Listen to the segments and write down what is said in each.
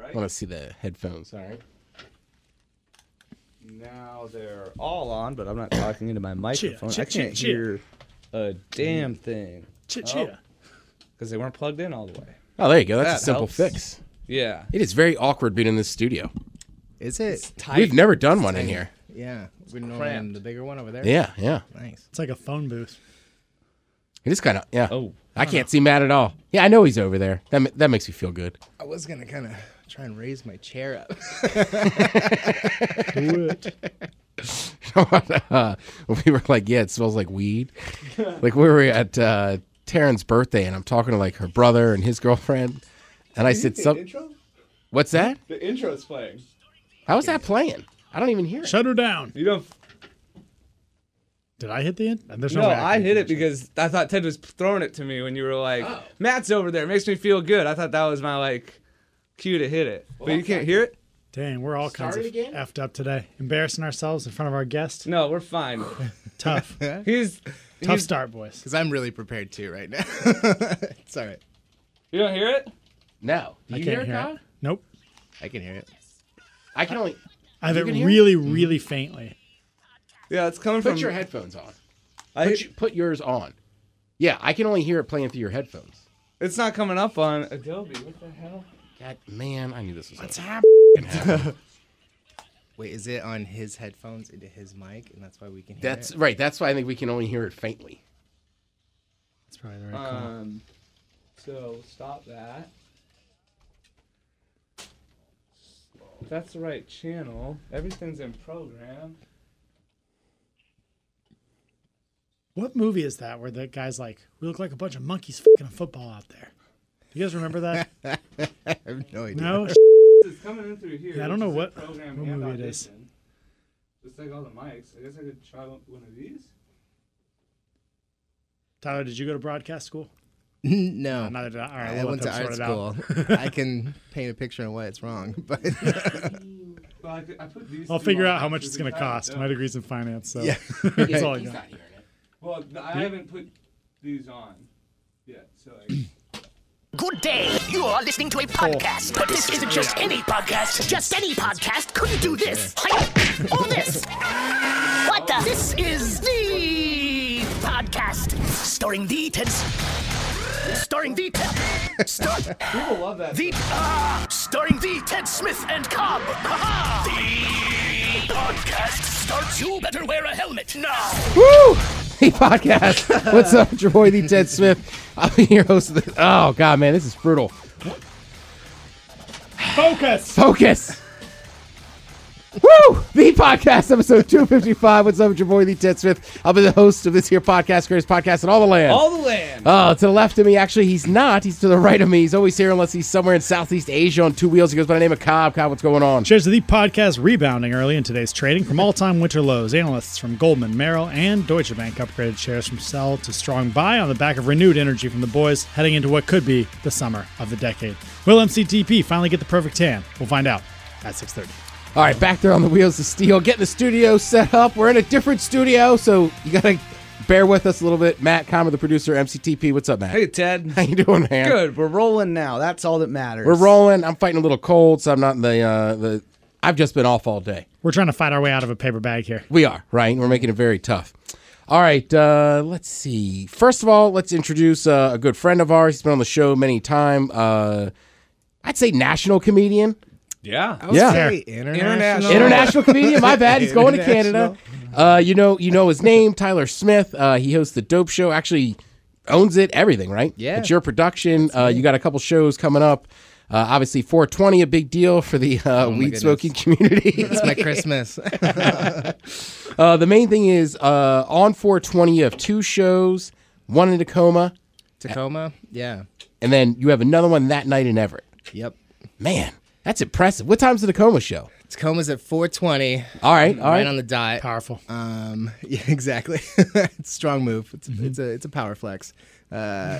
right? want to see the headphones. All right. Now they're all on, but I'm not talking into my microphone. cheer, I can't cheer, hear a damn thing Chit Oh. chia. because they weren't plugged in all the way. Oh, there you go. That's a That simple helps. fix. Yeah. It is very awkward being in this studio. Is it? We've never done one in here. Yeah. We're normally in cramped. the bigger one over there. Yeah, yeah. Nice. It's like a phone booth. It is kind of yeah. Oh, I can't see Matt at all. Yeah, I know he's over there. That ma- that makes me feel good. I was gonna kind of try and raise my chair up. Uh, we were like, yeah, it smells like weed. like we were at uh, Taryn's birthday, and I'm talking to like her brother and his girlfriend, and I said something. intro? What's that? The intro's playing. How is that playing? I don't even hear it. Shut her down. You don't. Did I hit the end? There's no, No, way I I can- hit it because I thought Ted was throwing it to me when you were like, Oh. "Matt's over there." Makes me feel good. I thought that was my like cue to hit it, but you can't hear it. Dang, we're all kinds of Started again? effed up today. Embarrassing ourselves in front of our guests. No, we're fine. Tough. He's Tough start, boys. Because I'm really prepared too right now. it's all right. you don't hear it. No, Do I you can't hear it, hear Kyle? it. Nope. I can hear it. I can only I have it can hear it? really, really faintly. Yeah, it's coming put from. your headphones on. I, Put, you- put yours on. Yeah, I can only hear it playing through your headphones. it's not coming up on Adobe. What the hell? God, man, I knew this was. What's happening? Wait, is it on his headphones into his mic, and that's why we can hear That's it? right. That's why I think we can only hear it faintly. That's probably the right call. Um, so stop that. That's the right channel. Everything's in program. What movie is that where the guy's like, we look like a bunch of monkeys fucking a football out there? You guys remember that? I have no idea. no? It's coming in through here. Yeah, I don't which know is a what- program what and movie it is. audition. Just like all the mics. I guess I could try one one of these. Tyler, did you go to broadcast school? no. Neither did I. All right, I we'll let went to them sort art it out. school. I can paint a picture of why it's wrong, but Well, I, could, I put these. I'll two figure on, out how much which it's is going to kind of cost. dope. My degree's in finance, so Yeah. that's all I He's got. not hearing it. Well, th- I haven't put these on yet, so like, Good day. You are listening to a podcast, but this isn't just any podcast. Just any podcast couldn't do this. Hi- Or this. What the? This is the podcast starring the Ted. Starring the Ted. Star, people love that. the ah, starring the Ted Smith and Cobb. Ha-ha. The podcast starts. You better wear a helmet now. Woo! Hey, podcast. What's up? It's your boy, the Ted Smith. I'm your host. Of the- oh, God, man, this is brutal. Focus! Focus. Woo! The podcast, episode 255. What's up? It's your boy, the Ted Smith. I'll be the host of this here podcast, greatest podcast in all the land. All the land. Oh, to the left of me. Actually, he's not. He's to the right of me. He's always here unless he's somewhere in Southeast Asia on two wheels. He goes by the name of Cobb. Cobb, what's going on? Shares of the podcast rebounding early in today's trading from all time winter lows. Analysts from Goldman, Merrill, and Deutsche Bank upgraded shares from sell to strong buy on the back of renewed energy from the boys heading into what could be the summer of the decade. Will MCTP finally get the perfect tan? We'll find out at 6.30. All right, back there on the wheels of steel. Getting the studio set up. We're in a different studio, so you got to bear with us a little bit. Matt Comer, the producer, MCTP. What's up, Matt? Hey, Ted. How you doing, man? Good. We're rolling now. That's all that matters. We're rolling. I'm fighting a little cold, so I'm not in the uh, the. I've just been off all day. We're trying to fight our way out of a paper bag here. We are right. We're making it very tough. All right. Uh, let's see. First of all, let's introduce uh, a good friend of ours. He's been on the show many time. Uh, I'd say national comedian. Yeah. Yeah. Hey, international. International. International comedian. My bad. He's going to Canada. Uh, you know, you know his name, Tyler Smith. Uh, he hosts the Dope Show. Actually, owns it. Everything, right? Yeah. It's your production. Uh, you got a couple shows coming up. Uh, obviously, 420 a big deal for the uh, weed Oh goodness. smoking community. It's my Christmas. uh, the main thing is uh, on 420 you have two shows, one in Tacoma, Tacoma. Yeah. and then you have another one that night in Everett. Yep. Man, that's impressive. What time's the Tacoma show? Tacoma's at 420. All right, all right right. on the dot. Powerful. Um, yeah, exactly. it's a strong move. It's, Mm-hmm. it's a it's a power flex. Uh,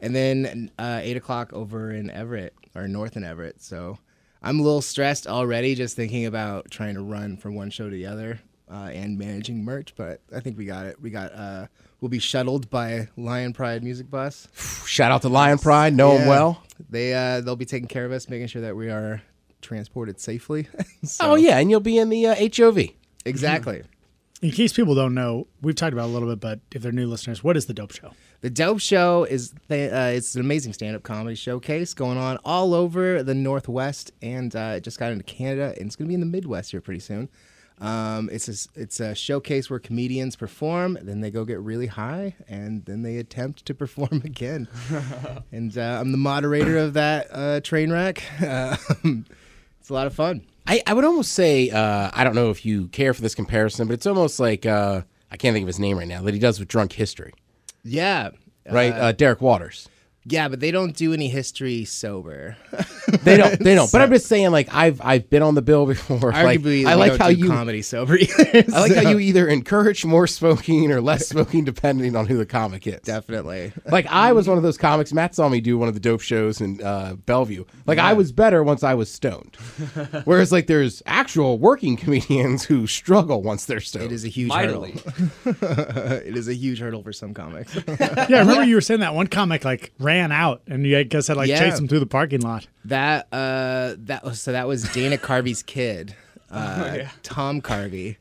and then uh, eight o'clock over in Everett or north in Everett. So I'm a little stressed already just thinking about trying to run from one show to the other uh, and managing merch. But I think we got it. We got uh, we'll be shuttled by Lion Pride Music Bus. Shout out to Lion Pride. Know him Yeah. well. They uh, they'll be taking care of us, making sure that we are transported safely. So- Oh yeah, and you'll be in the uh, HOV. exactly. In case people don't know, we've talked about it a little bit, but if they're new listeners, what is the Dope Show? The Dope Show is th- uh, it's an amazing stand-up comedy showcase going on all over the Northwest, and uh, it just got into Canada, and it's going to be in the Midwest here pretty soon. Um, it's a, s- it's a showcase where comedians perform, then they go get really high, and then they attempt to perform again. and uh, I'm the moderator of that uh, train wreck. Uh, it's a lot of fun. I, I would almost say uh, I don't know if you care for this comparison, but it's almost like uh, I can't think of his name right now that he does with Drunk History, Yeah, right? Uh, Derek Waters. yeah, but they don't do any history sober. They don't. They don't. But I'm just saying, like I've I've been on the bill before. like, Arguably, I they like don't how do you comedy sober. Either, I like how so- you either encourage more smoking or less smoking depending on who the comic is. definitely. Like I was one of those comics. Matt saw me do one of the dope shows in uh, Bellevue. Like I was better once I was stoned. Whereas like there's actual working comedians who struggle once they're stoned. It is a huge Mightily. hurdle. it is a huge hurdle for some comics. Yeah, I remember you were saying that one comic like ran out and you I guess had like Yeah. chased him through the parking lot. that uh, that was so that was Dana Carvey's kid, uh, Tom Carvey,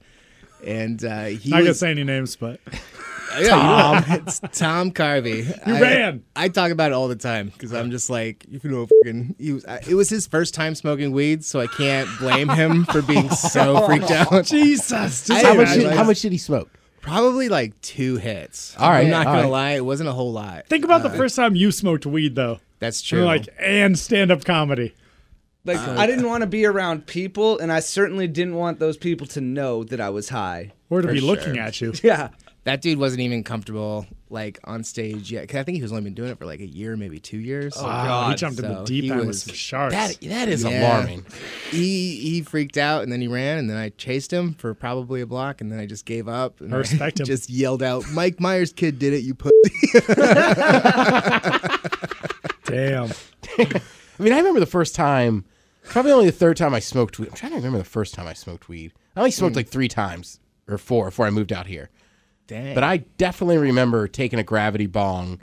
and uh, he Not gonna was say any names, but Tom. it's Tom Carvey. You I, ran. I talk about it all the time because I'm just like you know. Fucking, he was, I, it was his first time smoking weed, so I can't blame him for being so Oh, freaked out. Jesus, just how, I- much I- did, I- how much did he smoke? Probably like two hits. All right, I'm not all gonna right. lie, it wasn't a whole lot. think about the first time you smoked weed though. That's You're true. like and stand up comedy. Like I didn't want to be around people, and I certainly didn't want those people to know that I was high. Or to be looking at you. Yeah. That dude wasn't even comfortable like on stage yet. 'cause I think he was only been doing it for like a year, maybe two years. Oh. Wow, he God, jumped in the so deep he end with was- some sharks. That that is Yeah. alarming. He he freaked out and then he ran and then I chased him for probably a block and then I just gave up. And I respect I him. Just yelled out, "Mike Myers' kid did it, you put." Damn. I mean, I remember the first time, probably only the third time I smoked weed. I'm trying to remember the first time I smoked weed. I only Hmm. smoked like three times or four before I moved out here. Dang. But I definitely remember taking a gravity bong,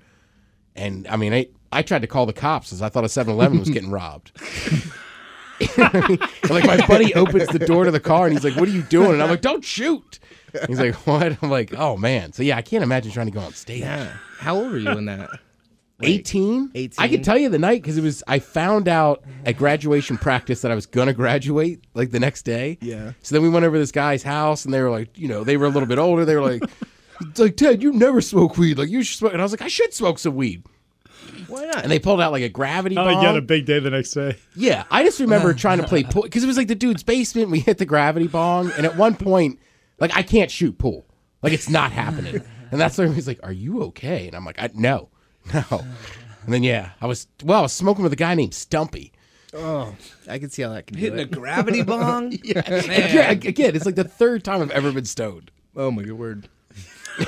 and I mean, I I tried to call the cops as I thought a 7-Eleven was getting robbed. And, like my buddy opens the door to the car and he's like, "What are you doing?" And I'm like, "Don't shoot." And he's like, "What?" I'm like, "Oh man." So yeah, I can't imagine trying to go on stage. yeah. How old were you in that? 18? 18? I can tell you the night because it was, I found out at graduation practice that I was going to graduate like the next day. Yeah. So then we went over to this guy's house and they were like, you know, they were a little bit older. They were like, it's like, Ted, you never smoke weed. Like, you should smoke. And I was like, I should smoke some weed. Why not? And they pulled out like a gravity Oh, bong. you had a big day the next day. Yeah, I just remember trying to play pool because it was like the dude's basement. We hit the gravity bong, and at one point, like I can't shoot pool, like it's not happening. And that's when he's like, "Are you okay?" And I'm like, I, "No, no." And then yeah, I was well, I was smoking with a guy named Stumpy. I can see how that can do Hitting a it. gravity bong? Yeah, again, it's like the third time I've ever been stoned. oh my good word.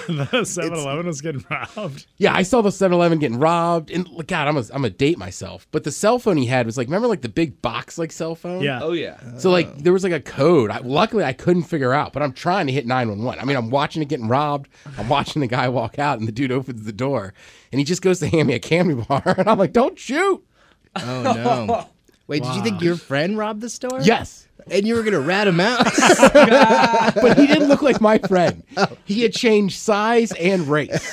The 7 Eleven was getting robbed. Yeah, I saw the 7-Eleven getting robbed, and like, God, I'm a, I'm a date myself. But the cell phone he had was like, remember like the big box like cell phone? Yeah. Oh, yeah. So like there was like a code. I, luckily I couldn't figure out, but I'm trying to hit 911. I mean, I'm watching it getting robbed. I'm watching the guy walk out and the dude opens the door and he just goes to hand me a candy bar and I'm like, "Don't shoot." Oh no. Wait, did you think your friend robbed the store? Yes. And you were gonna rat him out? But he didn't look like my friend. He had changed size and race.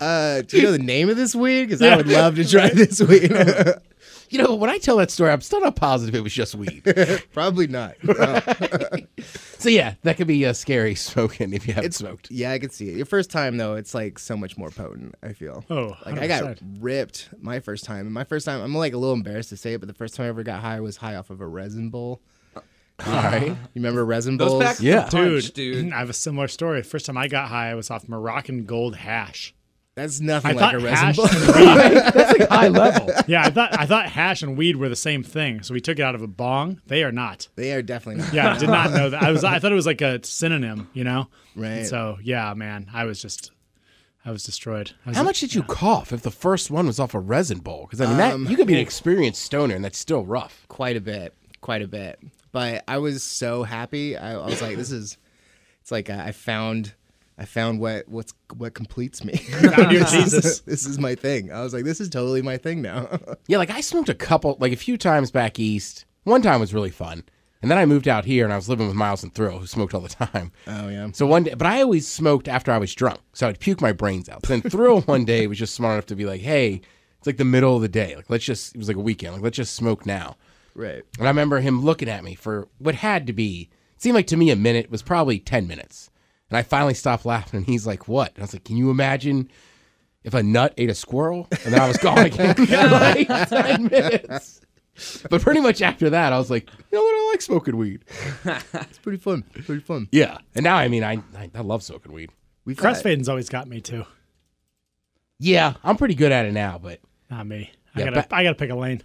uh, do you know the name of this weed? Because I would love to try this weed. You know, when I tell that story, I'm still not positive it was just weed. Probably not. So yeah, that could be uh, scary smoking if you haven't smoked. Yeah, I could see it. Your first time though, it's like so much more potent. I feel. Oh, like I got 100%. ripped my first time. And my first time, I'm like a little embarrassed to say it, but the first time I ever got high was high off of a resin bowl. Uh, All right. You remember resin Those bowls? back Yeah. punch, Dude, dude. I have a similar story. The first time I got high, I was off Moroccan gold hash. That's nothing I like thought a resin hash bowl. and weed That's like high level. Yeah, I thought I thought hash and weed were the same thing. So we took it out of a bong. They are not. they are definitely not. Yeah, I did not know that. I was I thought it was like a synonym, you know? Right. So yeah, man, I was just I was destroyed. I was How like, much did you cough if the first one was off a resin bowl? Because I mean, that you could be an experienced stoner, and that's still rough. quite a bit, quite a bit. But I was so happy. I, I was like, this is. It's like I I found I found what what's what completes me. Found your This is- Jesus. this is my thing. I was like, this is totally my thing now. Yeah, like I smoked a couple, like a few times back east. One time was really fun. And then I moved out here and I was living with Miles and Thrill, who smoked all the time. oh yeah. So one day, but I always smoked after I was drunk. So I'd puke my brains out. Then Thrill one day was just smart enough to be like, hey, it's like the middle of the day. Like, let's just, it was like a weekend. Like, let's just smoke now. Right. And I remember him looking at me for what had to be, it seemed like to me a minute, was probably 10 minutes. And I finally stopped laughing and he's like, what? And I was like, can you imagine if a nut ate a squirrel? And then I was gone again for like 10 minutes. But pretty much after that, I was like, you know what? I like smoking weed. It's pretty fun. Pretty fun. Yeah. And now, I mean, I, I, I love smoking weed. We've got- Crossfading's always got me too. Yeah. I'm pretty good at it now, but Not me. I Yeah, gotta but- I gotta pick a lane.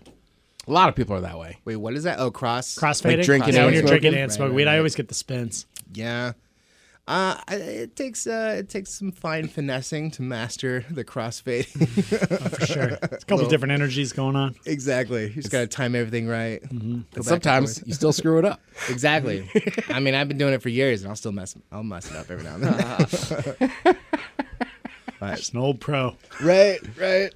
a lot of people are that way. Wait, what is that? Oh, cross. Crossfading. drinking yeah, and when you're drinking smoking? and smoking weed, I always get the spins. Yeah. Uh, I- it takes uh, it takes some fine finessing to master the crossfade. For sure. It's a couple different energies going on. exactly, you just gotta time everything right. And sometimes you still screw it up. Exactly. I mean, I've been doing it for years, and I'll still mess I'll mess it up every now and then. Just an old pro. right, right.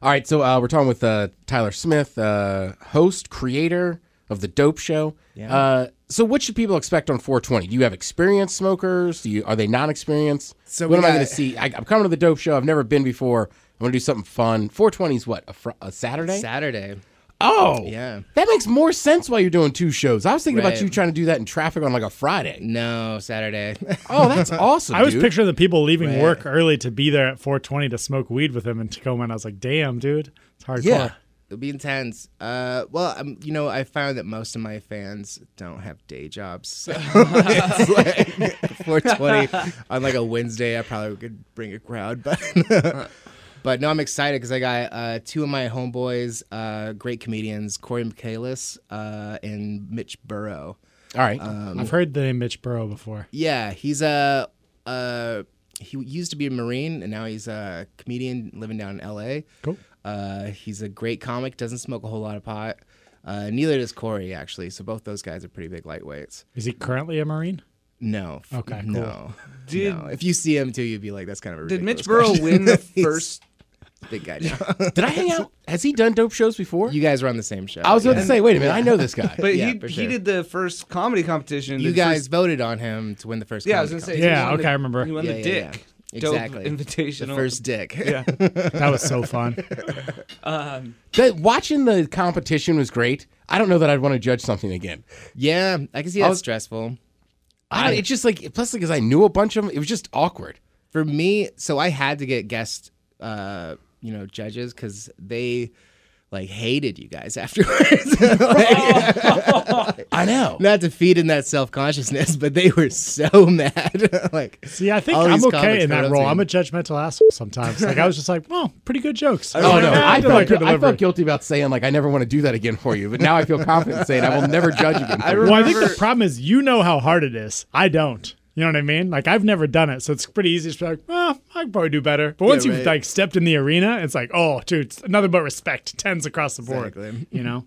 All right, so uh, we're talking with uh, Tyler Smith, uh, host, creator of the Dope Show. Uh, so, what should people expect on 420? Do you have experienced smokers? Do you are they non-experienced? So what we am I got- going to see? I, I'm coming to the Dope Show. I've never been before. I'm going to do something fun. 420 is what a, fr- a Saturday? Saturday. oh, Yeah. That makes more sense why you're doing two shows. I was thinking about Right. you trying to do that in traffic on like a Friday. No, Saturday. Oh, that's awesome. I was dude. picturing the people leaving Right. work early to be there at 420 to smoke weed with him in Tacoma, and I was like, damn, dude, it's hardcore. Yeah. It'll be intense. Uh, well, um, you know, I found that most of my fans don't have day jobs. So it's like 420 on like a Wednesday. I probably could bring a crowd, but but no, I'm excited because I got uh, two of my homeboys, uh, great comedians, Corey Michaelis uh, and Mitch Burrow. All right. Uh, I've heard the name Mitch Burrow before. Yeah, he's a uh, he used to be a marine and now he's a comedian living down in L.A. Cool. Uh, he's a great comic. Doesn't smoke a whole lot of pot. Uh, neither does Corey actually. So both those guys are pretty big lightweights. Is he currently a Marine? No. f- Okay, cool. No. Did- no. If you see him too, you'd be like, "That's kind of a Did Mitch Burrow ridiculous win question." the He's first? a big guy? Now. Did I hang out? Has he done Dope Shows before? you guys were on the same show. I was about to say, wait a minute, I know this guy. But Yeah, he for he sure. did the first comedy competition. You the guys first- voted on him to win the first. yeah, I was gonna comedy say. contest. he Yeah, won the- okay, I remember. He won the Yeah, yeah, dick. yeah. Dope Exactly. Invitational. the first dick. Yeah. That was so fun. That watching the competition was great. I don't know that I'd want to judge something again. yeah, I can see I that's was- stressful. I don't, it's just like plus because I knew a bunch of them, it was just awkward. for me so i had to get guest uh you know judges because they like hated you guys afterwards like, I know. not to feed in that self-consciousness but they were so mad like See, I think all I'm these okay comics in heard that us role. in- I'm a judgmental asshole sometimes. Like I was just like, well, pretty good jokes. Oh no, I, did felt, like your gu- I delivery. felt guilty about saying like I never want to do that again for you, but now I feel confident saying I will never judge again. I for you. Well, I think the Remember- problem is you know how hard it is. I don't. You know what I mean? Like I've never done it, so it's pretty easy to be like, well, I could probably do better. But once you've right. like stepped in the arena, it's like, oh, dude, it's nothing but respect, tens across the board. Exactly. You know?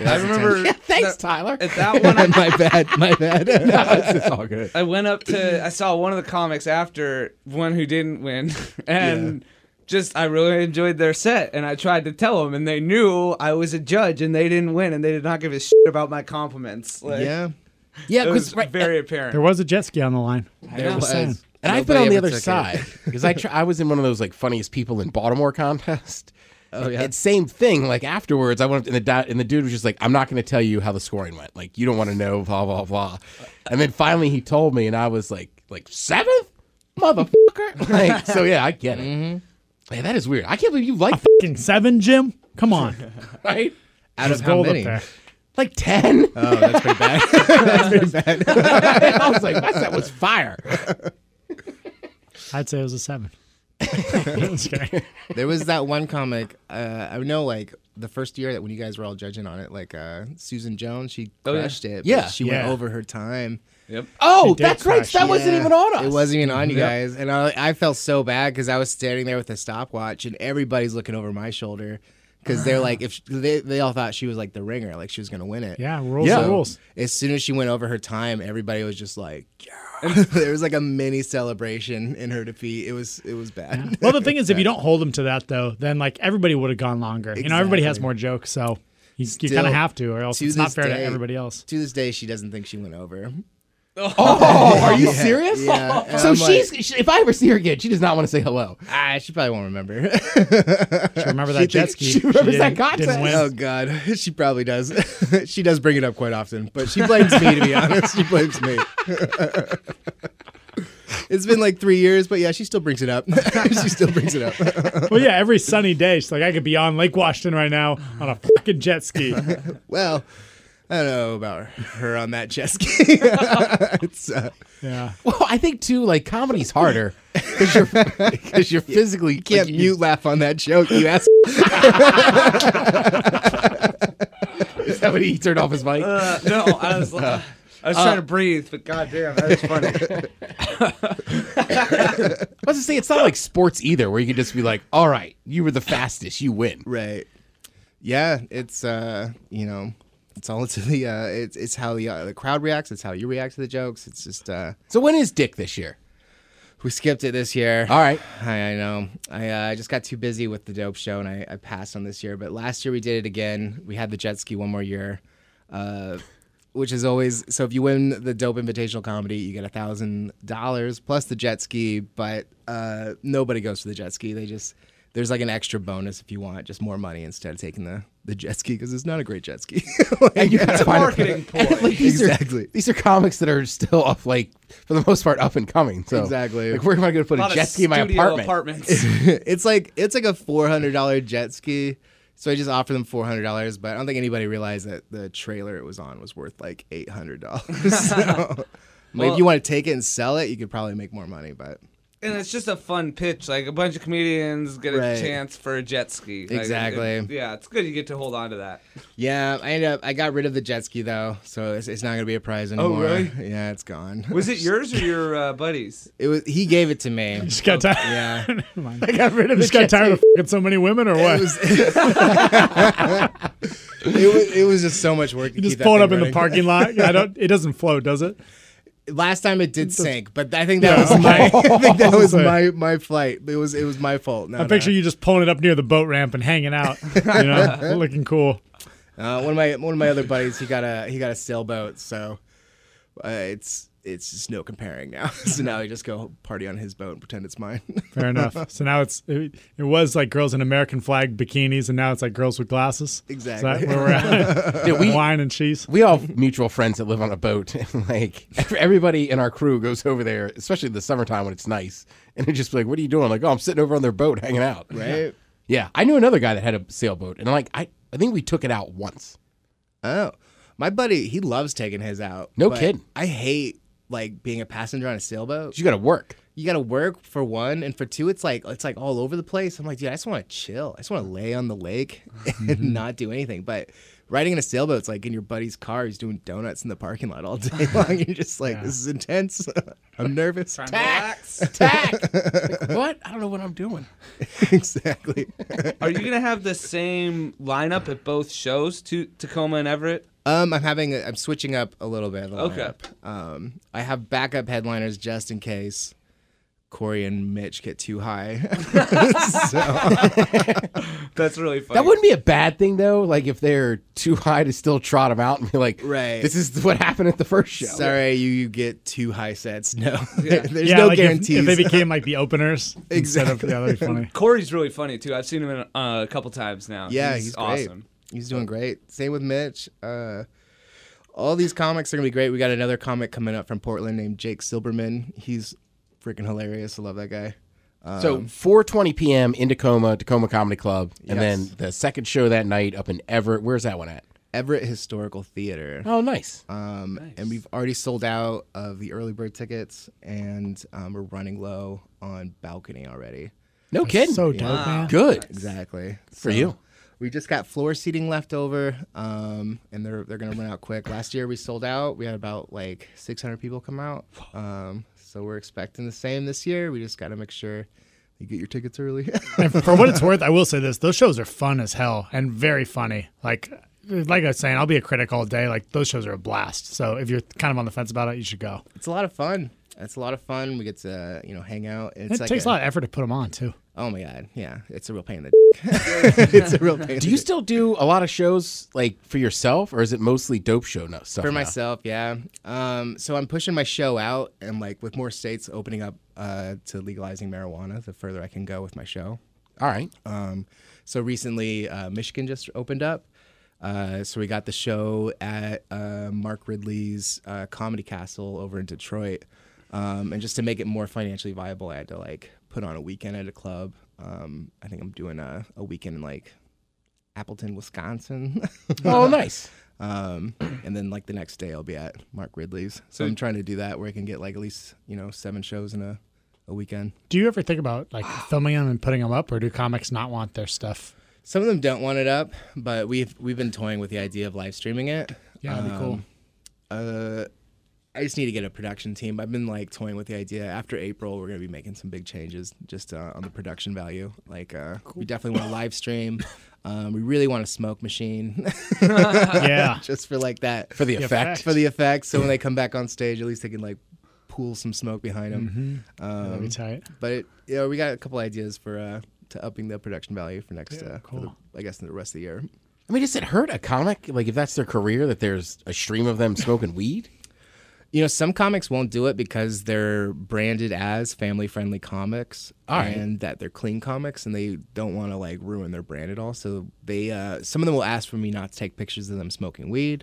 I remember. Thanks, that- Tyler. At that one, I, my bad my bad It's all good. I went up to. I saw one of the comics after one who didn't win, and just I really enjoyed their set. And I tried to tell them, and they knew I was a judge, and they didn't win, and they did not give a shit about my compliments. Like, yeah Yeah, it was because right, very There apparent. was a jet ski on the line. There Just saying. And I've Nobody been on the ever other took it. side because I tr- I was in one of those like funniest people in Baltimore contest. Oh yeah. same thing. Like afterwards, I went up and the di- and the dude was just like, "I'm not going to tell you how the scoring went. Like you don't want to know." Blah blah blah. And then finally he told me, and I was like, "Like seventh, motherfucker." Like so, yeah, I get it. Mm-hmm. Yeah, that is weird. I can't believe you like that, Fucking seven, Jim. Come on, right? out of Just how gold many up there. Like ten. oh that's pretty bad I was like, "That's- "That was fire." I'd say it was a seven. Just kidding. there was that one comic uh i know like the first year that when you guys were all judging on it like uh susan jones she yeah. crushed it but Oh, Yeah. she Yeah. went over her time Yep. Oh, He did that's right. crash. That wasn't Yeah, even on us. It wasn't even on you guys, and I, I felt so bad because I was standing there with a stopwatch, and everybody's looking over my shoulder because Ah. they're like, if sh they, they all thought she was like the ringer, like she was gonna win it. Yeah, rules Yeah. are rules. As soon as she went over her time, everybody was just like, yeah. there was like a mini celebration in her defeat. It was it was bad. Well, the thing is, if you don't hold them to that though, then like everybody would have gone longer. You know, everybody has Exactly. more jokes, so you, you Still, kind of have to, or else to it's not this fair to day- everybody else. to this day, she doesn't think she went over. Oh, are you serious? Yeah, and So I'm like, she's she- if I ever see her again, she does not want to say hello. ah, she probably won't remember. She remember that jet thinks- ski? she remembers that didn't- didn't contest. win. Oh God, she probably does. she does bring it up quite often, but she blames me. To be honest, she blames me. it's been like three years, but yeah, she still brings it up. she still brings it up. Well, yeah, every sunny day, she's like, I could be on Lake Washington right now on a fucking jet ski. well, I don't know about her on that jet ski. it's uh, Yeah. Well, I think too, like comedy's harder because you're because you're physically you can't mute laugh on that joke. You ask. Is that what he turned off his mic? Uh, no, I was, uh, I was trying to breathe, but goddamn, that was funny. I was gonna say it's not like sports either, where you can just be like, "All right, you were the fastest, you win." Right. Yeah, it's uh, you know, it's all to the uh, it's it's how the uh, the crowd reacts. It's how you react to the jokes. It's just uh, So when is Dick this year? we skipped it this year. All right, I, I know. I uh, I just got too busy with the dope show and I, I passed on this year. But last year we did it again. We had the jet ski one more year, uh, which is always so. If you win the dope invitational comedy, you get a thousand dollars plus the jet ski. But uh, nobody goes for the jet ski. They just there's like an extra bonus if you want just more money instead of taking the the jet ski because it's not a great jet ski. and you gotta find a- Marketing and, ploy. like, these Exactly. Are, these are comics that are still up, like for the most part, up and coming. So Exactly. like where am I gonna put a, A lot of jet ski in my studio apartment? apartments. it's like it's like a four hundred dollar jet ski. So I just offered them four hundred dollars, but I don't think anybody realized that the trailer it was on was worth like eight hundred dollars. So, like, if you want to take it and sell it, you could probably make more money. But and it's just a fun pitch. Like a bunch of comedians get Right. a chance for a jet ski. Like, Exactly. it- yeah, it's good you get to hold on to that. yeah, I ended up I got rid of the jet ski though, so it's, it's not gonna be a prize anymore. really? Yeah, it's gone. Was it yours or your uh, buddies? It was he gave it to me. Just got tired. Yeah. I got rid of Just got tired of fucking so many women, or what? It was, it was it was just so much work. To you just keep that pull it thing up in the running. parking lot. I don't. It doesn't flow, does it? Last time it did sink, but I think that Yeah, was my I think that was Okay. my my flight. It was it was my fault. No, I picture you just pulling it up near the boat ramp and hanging out. You know, looking cool. Uh, one of my one of my other buddies, he got a he got a sailboat, so uh, it's it's just no comparing now. so now I just go party on his boat and pretend it's mine. Fair enough. So now it's it, it was like girls in American flag bikinis, and now it's like girls with glasses. Is Exactly. that where we're at? Dude, we- Wine and cheese. we all have mutual friends that live on a boat and like ev- everybody in our crew goes over there especially in the summertime when it's nice and they're just like what are you doing like oh i'm sitting over on their boat hanging out right? yeah i knew another guy that had a sailboat and like i i think we took it out once Oh, my buddy, he loves taking his out. No but kidding. I hate like being a passenger on a sailboat. 'Cause you gotta work You got to work for one, and for two, it's like it's like all over the place. I'm like, dude, I just want to chill. I just want to lay on the lake and not do anything. But riding in a sailboat's like in your buddy's car. He's doing donuts in the parking lot all day long. You're just like, this is intense. I'm nervous. Relax. tack Like, what i don't know what i'm doing exactly. Are you gonna have the same lineup at both shows, to Tacoma and Everett? Um, I'm having a, I'm switching up a little bit. Of the Okay. lineup. Um, I have backup headliners just in case Corey and Mitch get too high. That's really funny. that wouldn't be a bad thing though like if they're too high to still trot them out and be like Right. this is what happened at the first show Sorry, you, you get two high sets. No, there's yeah, no like if- guarantees. If, they became like the openers instead of yeah, that'd be funny. Corey's really funny too. I've seen him in, uh, a couple times now. Yeah, he's, he's, great. awesome. He's doing great. Same with Mitch. Uh, all these comics are gonna be great. We got another comic coming up from Portland named Jake Silberman. He's freaking hilarious. I love that guy. So 4:20 p.m. in Tacoma, Tacoma Comedy Club, and Yes. then the second show that night up in Everett. Where's that one at? Everett Historical Theater. Oh, nice. Um, And we've already sold out of the early bird tickets, and um, we're running low on balcony already. No kidding. So dope, man. good Exactly for you. We just got floor seating left over, um, and they're they're gonna run out quick. Last year we sold out. We had about like 600 people come out, um, so we're expecting the same this year. We just gotta make sure You get your tickets early. And for what it's worth, I will say this: those shows are fun as hell and very funny. Like, like I was saying, I'll be a critic all day. Like those shows are a blast. So if you're kind of on the fence about it, you should go. it's a lot of fun. It's a lot of fun. We get to you know hang out. It's It like takes a lot of effort to put them on too. Oh my god, yeah, it's a real pain in the. it's a real pain. in Do the you still do a lot of shows like for yourself, or is it mostly dope show no, stuff? for now? myself yeah um, so i'm pushing my show out and like with more states opening up uh, to legalizing marijuana the further i can go with my show All right. um, so recently uh, michigan just opened up uh, so we got the show at uh, mark ridley's uh, comedy castle over in detroit um, and just to make it more financially viable i had to like put on a weekend at a club um, i think i'm doing a, a weekend in like appleton wisconsin Oh, nice. um, and then like the next day I'll be at Mark Ridley's. So I'm trying to do that where I can get like at least you know seven shows in a, a weekend. Do you ever think about like filming them and putting them up, or do comics not want their stuff? Some of them don't want it up, but we've we've been toying with the idea of live streaming it. Yeah, that'd be cool. Uh, I just need to get a production team. I've been like toying with the idea. After April, we're gonna be making some big changes just uh, on the production value. Like uh, we definitely want to live stream. Um, we really want a smoke machine Um, yeah. just for like that For the Yeah, effect. for the effects. So when they come back on stage, at least they can like pool some smoke behind Mm-hmm. them. That'd be Um, tight. but it, you know, we got a couple ideas for uh, to upping the production value for next. uh, for cool. the, I guess the rest of the year. I mean, does it hurt a comic? Like, if that's their career, that there's a stream of them smoking weed? You know, some comics won't do it because they're branded as family-friendly comics, All right. and that they're clean comics, and they don't want to like ruin their brand at all. So they, uh, some of them will ask for me not to take pictures of them smoking weed.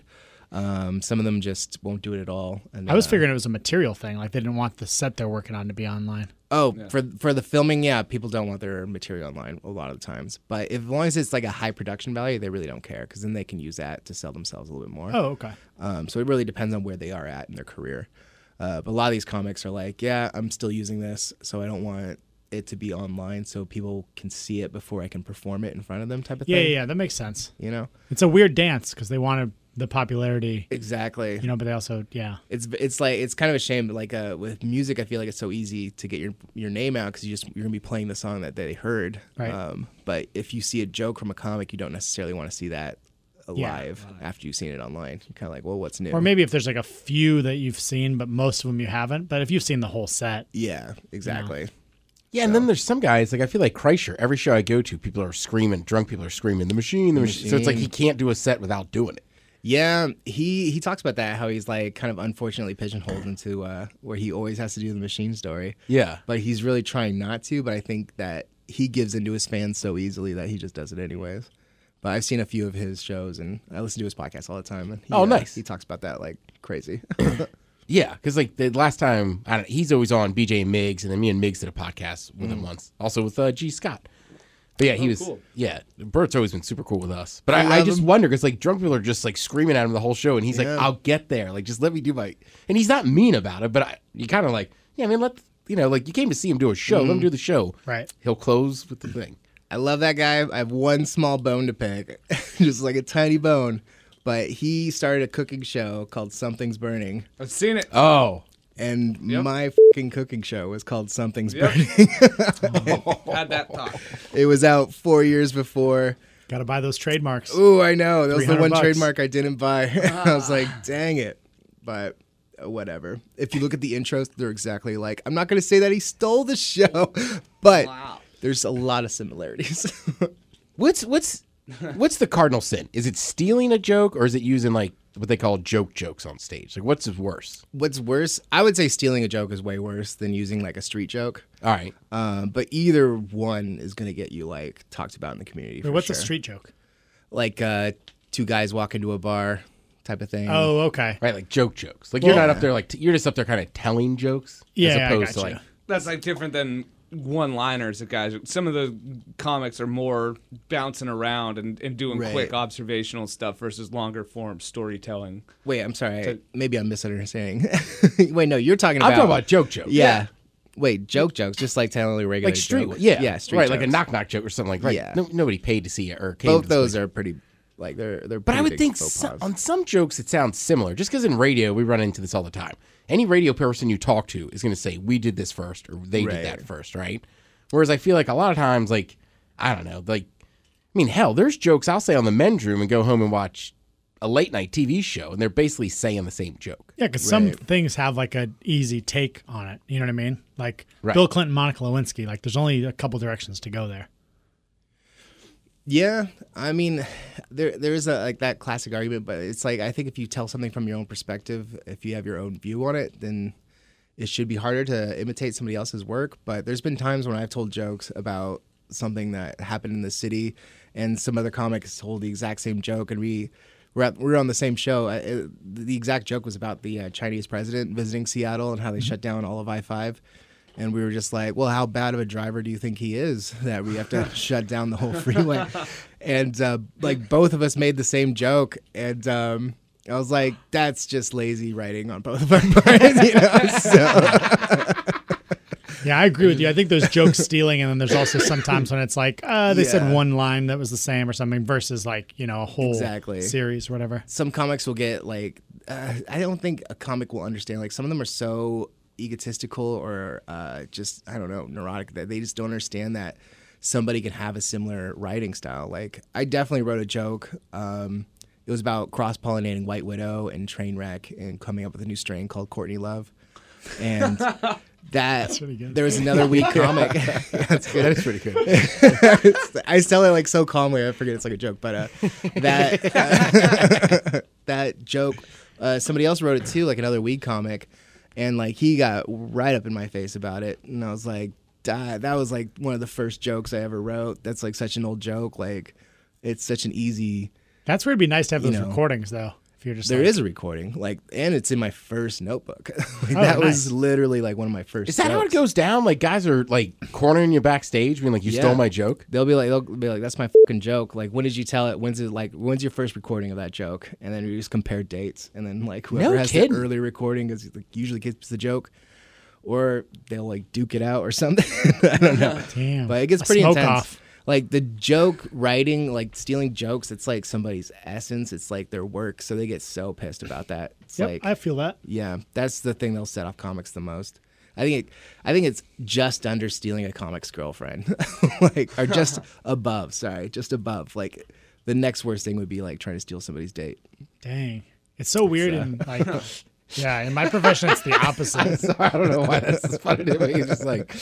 Um, some of them just won't do it at all. And I was uh, figuring it was a material thing. Like they didn't want the set they're working on to be online. Oh, for for the filming, yeah, people don't want their material online a lot of the times. But if, as long as it's like a high production value, they really don't care because then they can use that to sell themselves a little bit more. Oh, okay. Um, so it really depends on where they are at in their career. Uh, but a lot of these comics are like, yeah, I'm still using this, so I don't want it to be online so people can see it before I can perform it in front of them, type of Yeah, yeah, thing. yeah. That makes sense. You know, It's a weird dance because they wanted the popularity, exactly. you know, but they also, yeah. it's it's like it's kind of a shame but like uh, with music i feel like it's so easy to get your your name out because you just you're gonna be playing the song that they heard Right. um, but if you see a joke from a comic you don't necessarily want to see that Yeah. alive after you've seen it online you're kind of like well what's new Or maybe if there's like a few that you've seen, but most of them you haven't. But if you've seen the whole set, yeah exactly Yeah, and then there's some guys like I feel like Kreischer. Every show I go to, people are screaming, drunk people are screaming, the machine, the, machine. So it's like he can't do a set without doing it. yeah he he talks about that how he's like kind of unfortunately pigeonholed into uh, where he always has to do the machine story Yeah, but he's really trying not to. But I think that he gives into his fans so easily that he just does it anyways. But I've seen a few of his shows and I listen to his podcast all the time. And he, Oh, uh, nice. he talks about that like crazy. yeah, because like the last time, I don't, he's always on BJ and Miggs, and then me and Miggs did a podcast with Mm. him once, also with uh, G Scott. But yeah, he was yeah. Bert's always been super cool with us, but I, I, Oh, love just him. wonder because like drunk people are just like screaming at him the whole show, and he's like, Yeah. "I'll get there, like just let me do my," and he's not mean about it, but I, you kind of like, yeah, I mean, let you know, like you came to see him do a show, let him Mm. do the show, Right. He'll close with the thing. I love that guy. I have one small bone to pick, just like a tiny bone. But he started a cooking show called Something's Burning. I've seen it. Oh, And Yep. my fucking cooking show was called Something's Burning. Had that talk. it was out four years before. got to buy those trademarks. Ooh, I know. That was the 300 one bucks. Ah. trademark I didn't buy. I was like, dang it. But uh, whatever. If you look at the intros, they're exactly like, I'm not going to say that he stole the show, but there's a lot of similarities. what's what's what's the cardinal sin? Is it stealing a joke or is it using like what they call joke jokes on stage? Like what's worse? What's worse, I would say stealing a joke is way worse than using like a street joke. All right, Um, but either one is going to get you like talked about in the community. Wait, for what's sure. a street joke? Like uh, two guys walk into a bar type of thing. Oh, okay. right, like joke jokes. Like you're not up there like t- you're just up there kind of telling jokes Yeah, as I opposed to gotcha. like That's like different than one-liners that guys. Some of the comics are more bouncing around and, and doing Right. quick observational stuff versus longer form storytelling. Wait, I'm sorry. Maybe I'm misunderstanding. Wait, no, you're talking about. I'm talking about joke jokes. Yeah. Wait, joke jokes, just like telling a regular Like street, joke. yeah, yeah, street right, like a jokes. knock knock joke or something like right. Yeah. No, nobody paid to see it or came Both to this those place. are pretty, like they're they're. But I pretty would big think faux so- pas. on some jokes it sounds similar, just because in radio we run into this all the time. Any radio person you talk to is going to say, "We did this first, or "They Right. did that first, right? Whereas I feel like a lot of times, like I don't know, like I mean, hell, there's jokes I'll say on the men's room and go home and watch a late night TV show, and they're basically saying the same joke. Yeah, because some things have like an easy take on it. You know what I mean? Like Right. Bill Clinton, Monica Lewinsky. Like there's only a couple directions to go there. Yeah, I mean, there there is a like that classic argument, but it's like I think if you tell something from your own perspective, if you have your own view on it, then it should be harder to imitate somebody else's work. But there's been times when I've told jokes about something that happened in the city, and some other comic has told the exact same joke, and we we're, at, we're on the same show. I, it, the exact joke was about the uh, Chinese president visiting Seattle and how they shut down all of I five. And we were just like, well, how bad of a driver do you think he is that we have to shut down the whole freeway? and uh, like both of us made the same joke. And um, I was like, that's just lazy writing on both of our parts. You know? so, Yeah, I agree with you. I think there's joke stealing, and then there's also sometimes when it's like uh, they said Yeah. one line that was the same or something versus like you know a whole Exactly. series or whatever. some comics will get like, uh, I don't think a comic will understand. Like some of them are so egotistical or uh, just, I don't know, neurotic that they just don't understand that somebody can have a similar writing style. Like I definitely wrote a joke. Um, it was about cross pollinating White Widow and Trainwreck and coming up with a new strain called Courtney Love. And that pretty good. there was another weak comic. That's good. That's pretty good. I tell it like so calmly. I forget it's like a joke, but uh, that that joke. Uh, somebody else wrote it too, like another weed comic, and like he got right up in my face about it, and I was like, "Duh, that was like one of the first jokes I ever wrote. That's like such an old joke. Like, it's such an easy. That's where it'd be nice to have those know. recordings though. If you're just There like, is a recording, like, and it's in my first notebook. like, that nice. was literally like one of my first. Is that how it jokes. goes down? Like guys are like cornering you backstage, being like, "You Yeah. stole my joke." They'll be like, they'll be like, that's my fucking joke. Like, when did you tell it? When's it like? When's your first recording of that joke? And then we just compare dates, and then like whoever No has kidding. the early recording is like, usually gets the joke, or they'll like duke it out or something. I don't know, damn, but it gets a pretty smoke intense. off. Like the joke writing, like stealing jokes, it's like somebody's essence. It's like their work, so they get so pissed about that. It's Yep, like I feel that. yeah, that's the thing that'll set off comics the most. I think it, I think it's just under stealing a comic's girlfriend, like or just above. Sorry, just above. Like the next worst thing would be like trying to steal somebody's date. Dang, it's so uh, weird and like. Yeah, in my profession, it's the opposite. I don't know why that's as funny to me. It's just like,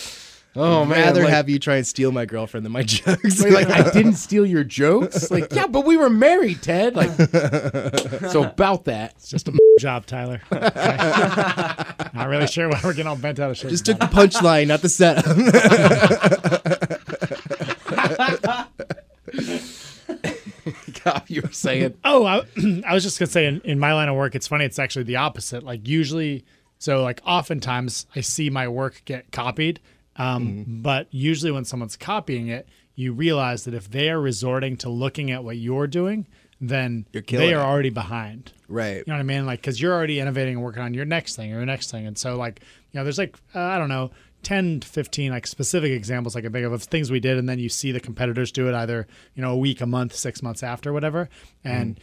oh man, rather like- have you try and steal my girlfriend than my jokes. Wait, like I didn't steal your jokes. Like, yeah, but we were married, Ted. Like, so about that. Just a job, Tyler. Okay. Not really sure why we're getting all bent out of shape. just took the punchline, not the setup. God, you were saying Oh, I, I was just gonna say in, in my line of work, it's funny. It's actually the opposite. Like usually, so like oftentimes I see my work get copied, um, Mm-hmm. but usually when someone's copying it, you realize that if they are resorting to looking at what you're doing, then killing they are it. already behind. right. You know what I mean? Like, because you're already innovating and working on your next thing or your next thing. And so, like, you know, there's like, uh, I don't know, 10 to 15 like specific examples I can think of of things we did. And then you see the competitors do it either, you know, a week, a month, six months after, whatever. And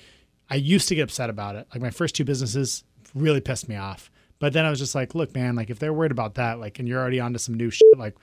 I used to get upset about it. Like, my first two businesses really pissed me off. But then I was just like, look, man, like, if they're worried about that, like, and you're already onto some new shit, like,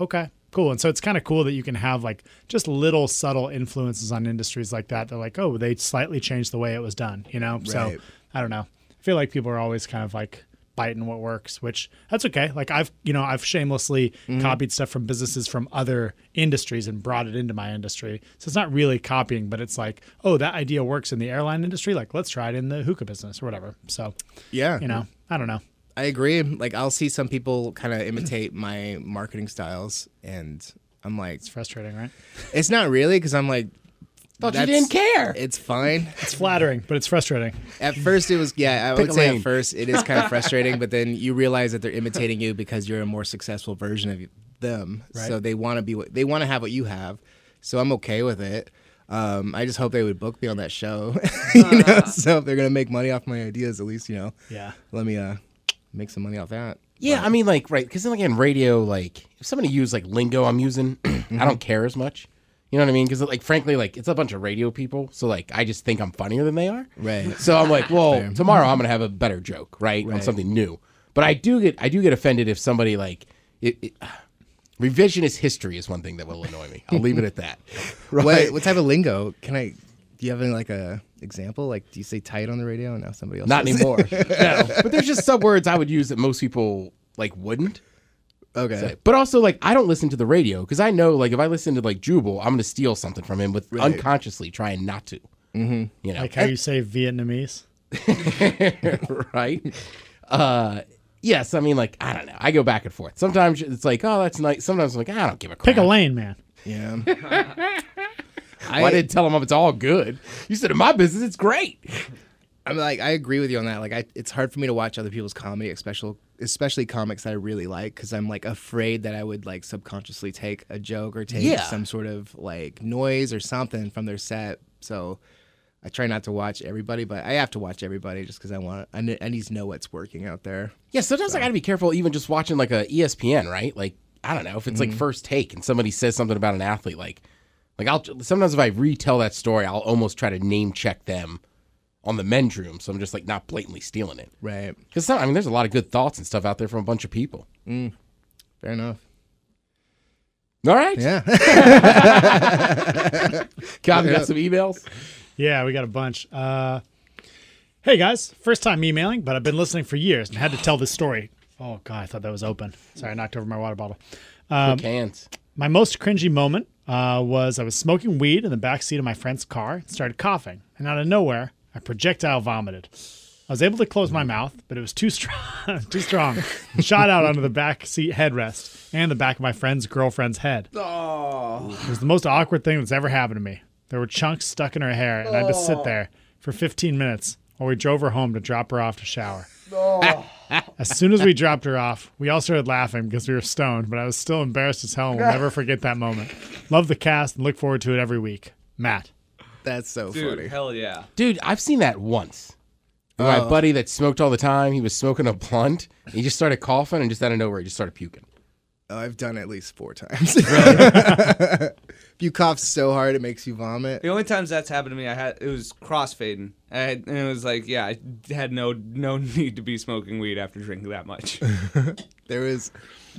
okay cool and so it's kind of cool that you can have like just little subtle influences on industries like that they're like oh they slightly changed the way it was done you know so Right. i don't know i feel like people are always kind of like biting what works which that's okay like i've you know i've shamelessly copied stuff from businesses from other industries and brought it into my industry so it's not really copying but it's like oh that idea works in the airline industry like let's try it in the hookah business or whatever so Yeah. you know i don't know I agree. Like I'll see some people kind of imitate my marketing styles, and I'm like, it's frustrating right it's not really because I'm like, thought you That's- didn't care. it's fine. it's flattering but it's frustrating At first, it was yeah. I Pick would a say lane. at first it is kind of frustrating, but then you realize that they're imitating you because you're a more successful version of them. So Right. they want to be what they want to have what you have. So I'm okay with it. Um, I just hope they would book me on that show. you know, Uh-huh. so if they're gonna make money off my ideas, at least you know, yeah let me uh, make some money off that. Yeah, I mean, like, right? Because then again, radio, like, if somebody used like lingo I'm using, I don't care as much. You know what I mean? Because like, frankly, like, it's a bunch of radio people, so like, I just think I'm funnier than they are. Right. So I'm like, well, tomorrow I'm gonna have a better joke, right, on something new. But I do get, I do get offended if somebody like, it, it, Revisionist history is one thing that will annoy me. I'll leave it at that. What, what type of lingo can I? Do you have any like a example? Like, do you say tight on the radio? No, somebody else. Not does. anymore. no. But there's just sub words I would use that most people like wouldn't. okay. say. But also, like, I don't listen to the radio because I know, like, if I listen to like Jubal, I'm going to steal something from him with unconsciously trying not to. Mm-hmm. You know, Like how you say Vietnamese. right? Uh, yes, I mean, like, I don't know. I go back and forth. Sometimes it's like, oh, that's nice. Sometimes I'm like, I don't give a crap. Pick a lane, man. Yeah. Why did tell him it's all good? You said in my business, it's great. I'm like I agree with you on that. Like I, it's hard for me to watch other people's comedy, especially especially comics that I really like, because I'm like afraid that I would like subconsciously take a joke or take Yeah. some sort of like noise or something from their set. So I try not to watch everybody, but I have to watch everybody just because I want. I, ne- I need to know what's working out there. Yeah, sometimes I got to be careful, even just watching like a E ESPN, right? Like I don't know if it's like first take and somebody says something about an athlete, like like I'll sometimes if I retell that story, I'll almost try to name check them on the men's room, so I'm just like not blatantly stealing it. Right. Because I mean, there's a lot of good thoughts and stuff out there from a bunch of people. Fair enough. All right, Yeah. Calvin got some emails. Yeah, we got a bunch. Uh, hey guys, first time emailing, but I've been listening for years and had to tell this story. Oh god, I thought that was open. Sorry, I knocked over my water bottle. Cans. My most cringy moment uh, was I was smoking weed in the back seat of my friend's car and started coughing, and out of nowhere, I projectile vomited. I was able to close my mouth, but it was too strong, too strong, and shot out onto the back seat headrest and the back of my friend's girlfriend's head. It was the most awkward thing that's ever happened to me. There were chunks stuck in her hair, and I had to sit there for 15 minutes while we drove her home to drop her off to shower. As soon as we dropped her off, we all started laughing because we were stoned, but I was still embarrassed as hell and will never forget that moment. Love the cast and look forward to it every week. Matt. That's so Dude, funny. hell yeah. Dude, I've seen that once. My buddy that smoked all the time, he was smoking a blunt. and He just started coughing and just out of nowhere, he just started puking. Oh, I've done it at least four times. if you cough so hard it makes you vomit. The only times that's happened to me, I had it was crossfading, I had, and it was like, yeah, I had no no need to be smoking weed after drinking that much. There was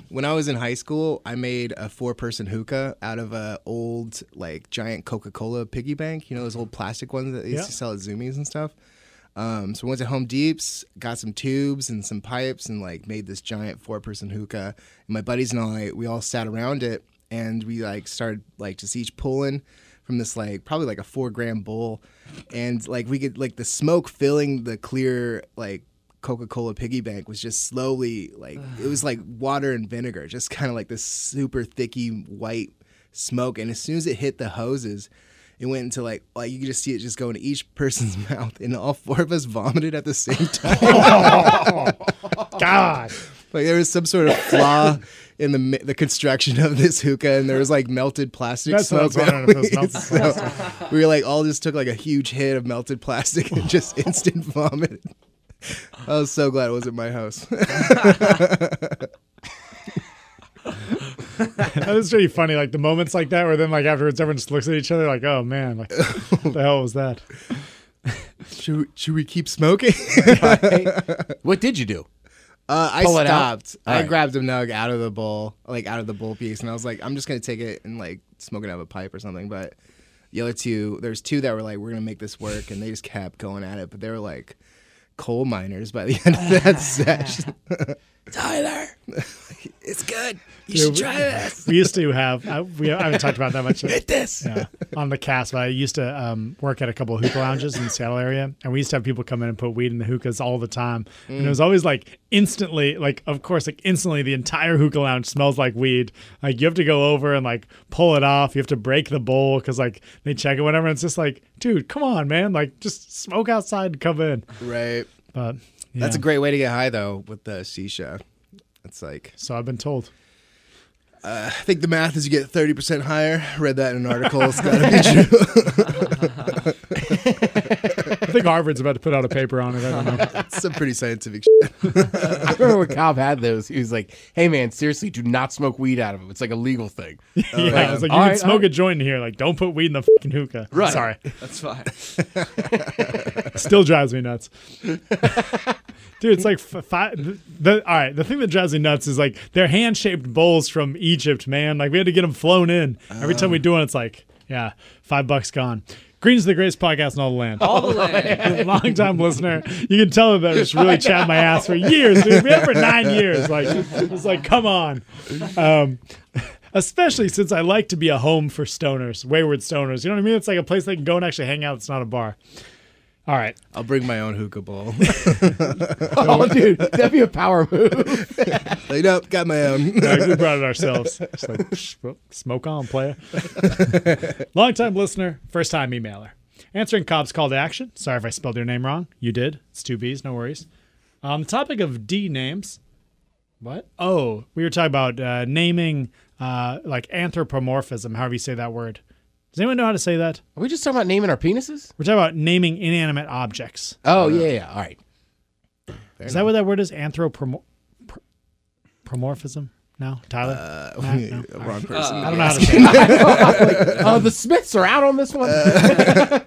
when I was in high school, I made a four-person hookah out of a old like giant Coca-Cola piggy bank. You know those old plastic ones that they used Yeah. to sell at Zoomies and stuff. Um, so we went to Home Depot's, got some tubes and some pipes, and like made this giant four-person hookah. And my buddies and I, we all sat around it, and we like started like just each pulling from this like probably like a four-gram bowl, and like we could like the smoke filling the clear like Coca-Cola piggy bank was just slowly like it was like water and vinegar, just kind of like this super thicky white smoke. And as soon as it hit the hoses, it went into like like you could just see it just go into each person's mouth, and all four of us vomited at the same time. God. like there was some sort of flaw in the mi- the construction of this hookah, and there was like melted plastic That's what I smoke. was wondering if it was melted plastic. we were like all just took like a huge hit of melted plastic and just instant vomit. I was so glad it wasn't my house. That is pretty funny. Like the moments like that where then like afterwards everyone just looks at each other like, oh man, like what the hell was that? should, we, should we keep smoking? What did you do? Uh, I Pull it out? stopped. All I right. grabbed a nug out of the bowl, like out of the bowl piece, and I was like, I'm just gonna take it and like smoke it out of a pipe or something. But the other two, there's two that were like, we're gonna make this work, and they just kept going at it. But they were like coal miners by the end of that session. Tyler, it's good. You should we- try this. We used to have, I, we, I haven't talked about that much. Hit this. yeah, on the cast. But I used to um, work at a couple of hookah lounges in the Seattle area, and we used to have people come in and put weed in the hookahs all the time. And it was always like instantly, like of course, like instantly, the entire hookah lounge smells like weed. Like you have to go over and like pull it off. You have to break the bowl because like they check it, whatever. And it's just like, dude, come on, man! Like just smoke outside and come in. Right. But yeah. That's a great way to get high though with the shisha. It's like So I've been told. I think the math is you get thirty percent higher. Read that in an article. It's gotta be true. I think Harvard's about to put out a paper on it. I don't know. That's some pretty scientific shit. I remember when Cobb had those. He was like, "Hey man, seriously, do not smoke weed out of it. It's like a legal thing." yeah, I was like, you all can right, all smoke right. a joint in here. Like, don't put weed in the fucking hookah. Right. Sorry, That's fine. still drives me nuts. Dude, it's like f- five. The, the- all right, the thing that drives me nuts is like they're hand shaped bowls from Egypt, man. Like we had to get them flown in. Every time we do one, it's like, yeah, five bucks gone. Green's the greatest podcast in all the land. All the way. Long time listener, you can tell that I just really chat my ass for years, dude. We had for nine years. Like, it's like, come on. Um, especially since I like to be a home for stoners, wayward stoners. You know what I mean? It's like a place they can go and actually hang out. It's not a bar. All right. I'll bring my own hookah bowl. Oh, dude, that'd be a power move. Like, nope, got my own. Like, we brought it ourselves. Just like, psh, well, smoke on, player. Long time listener, first time emailer. Answering Cobb's call to action. Sorry if I spelled your name wrong. You did. It's two B's, no worries. On the topic of D names, what? Oh, we were talking about uh, naming uh, like anthropomorphism, however you say that word. Does anyone know how to say that? Are we just talking about naming our penises? We're talking about naming inanimate objects. Oh yeah, yeah. All right. Is that what that word is? Anthropomorphism? No, Tyler. Nah, no. Wrong person. Uh, I don't know how to say. it. Oh, the Smiths are out on this one. uh,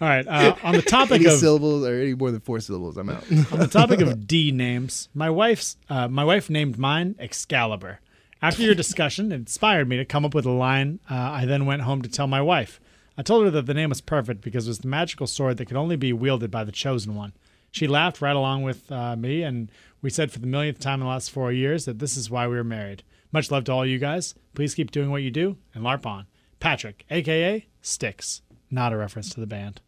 All right. Uh, on the topic any of syllables or any more than four syllables, I'm out. on the topic of D names, my wife's uh, my wife named mine Excalibur. After your discussion, it inspired me to come up with a line. Uh, I then went home to tell my wife. I told her that the name was perfect because it was the magical sword that could only be wielded by the chosen one. She laughed right along with uh, me, and we said for the millionth time in the last four years that this is why we were married. Much love to all you guys. Please keep doing what you do and LARP on. Patrick, aka Sticks. Not a reference to the band.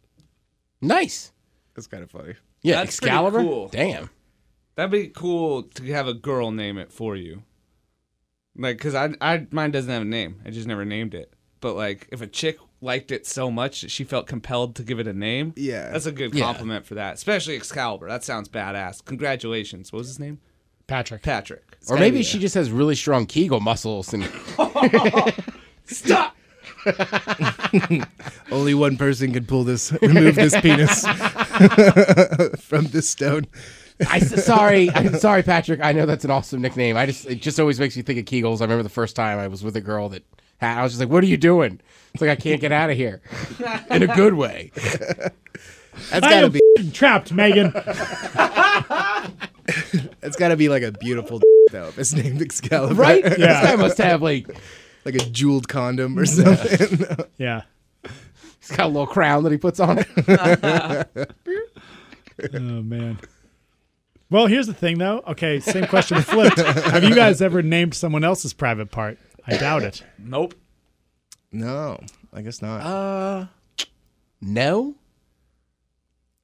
nice. That's kind of funny. Yeah, That's pretty Excalibur. cool. Damn. That'd be cool to have a girl name it for you. Like, cause I, I, mine doesn't have a name. I just never named it. But like, if a chick liked it so much that she felt compelled to give it a name, Yeah. that's a good Yeah. compliment for that. Especially Excalibur. That sounds badass. Congratulations. What was his name? Patrick. Patrick. It's Or gotta maybe be she that. just has really strong Kegel muscles and stop. Only one person can pull this, remove this penis from this stone. I s- sorry, I'm sorry, Patrick. I know that's an awesome nickname. I just it just always makes me think of Kegels. I remember the first time I was with a girl that had. I was just like, "What are you doing?" It's like I can't get out of here, in a good way. That's I gotta am be. f***ing trapped, Megan. That's gotta be like a beautiful though. If it's named Excalibur, Right? This guy must have like Like a jeweled condom or something. Yeah. he's got a little crown that he puts on it. Oh man. Well, here's the thing, though. Okay, same question flipped. Have you guys ever named someone else's private part? I doubt it. Nope. no, I guess not. No,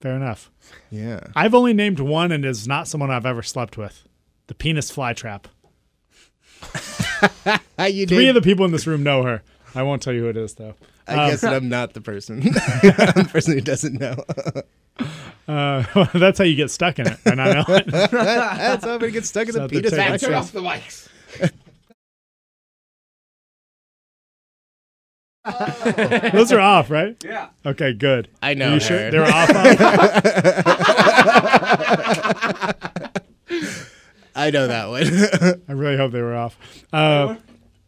Fair enough. yeah. I've only named one, and it's not someone I've ever slept with. The penis flytrap. How uh, you Three did- Um, of the people in this room know her. I won't tell you who it is, though. I guess that I'm not the person. I'm the person who doesn't know. Uh, that's how you get stuck in it. by not knowing. That's how I'm gonna get stuck in So the the penis. tape- box. Turn off the mics. Those are off, right? Yeah. Okay, good. I know. Are you sure Aaron. they were off? off? I know that one. I really hope they were off. Uh,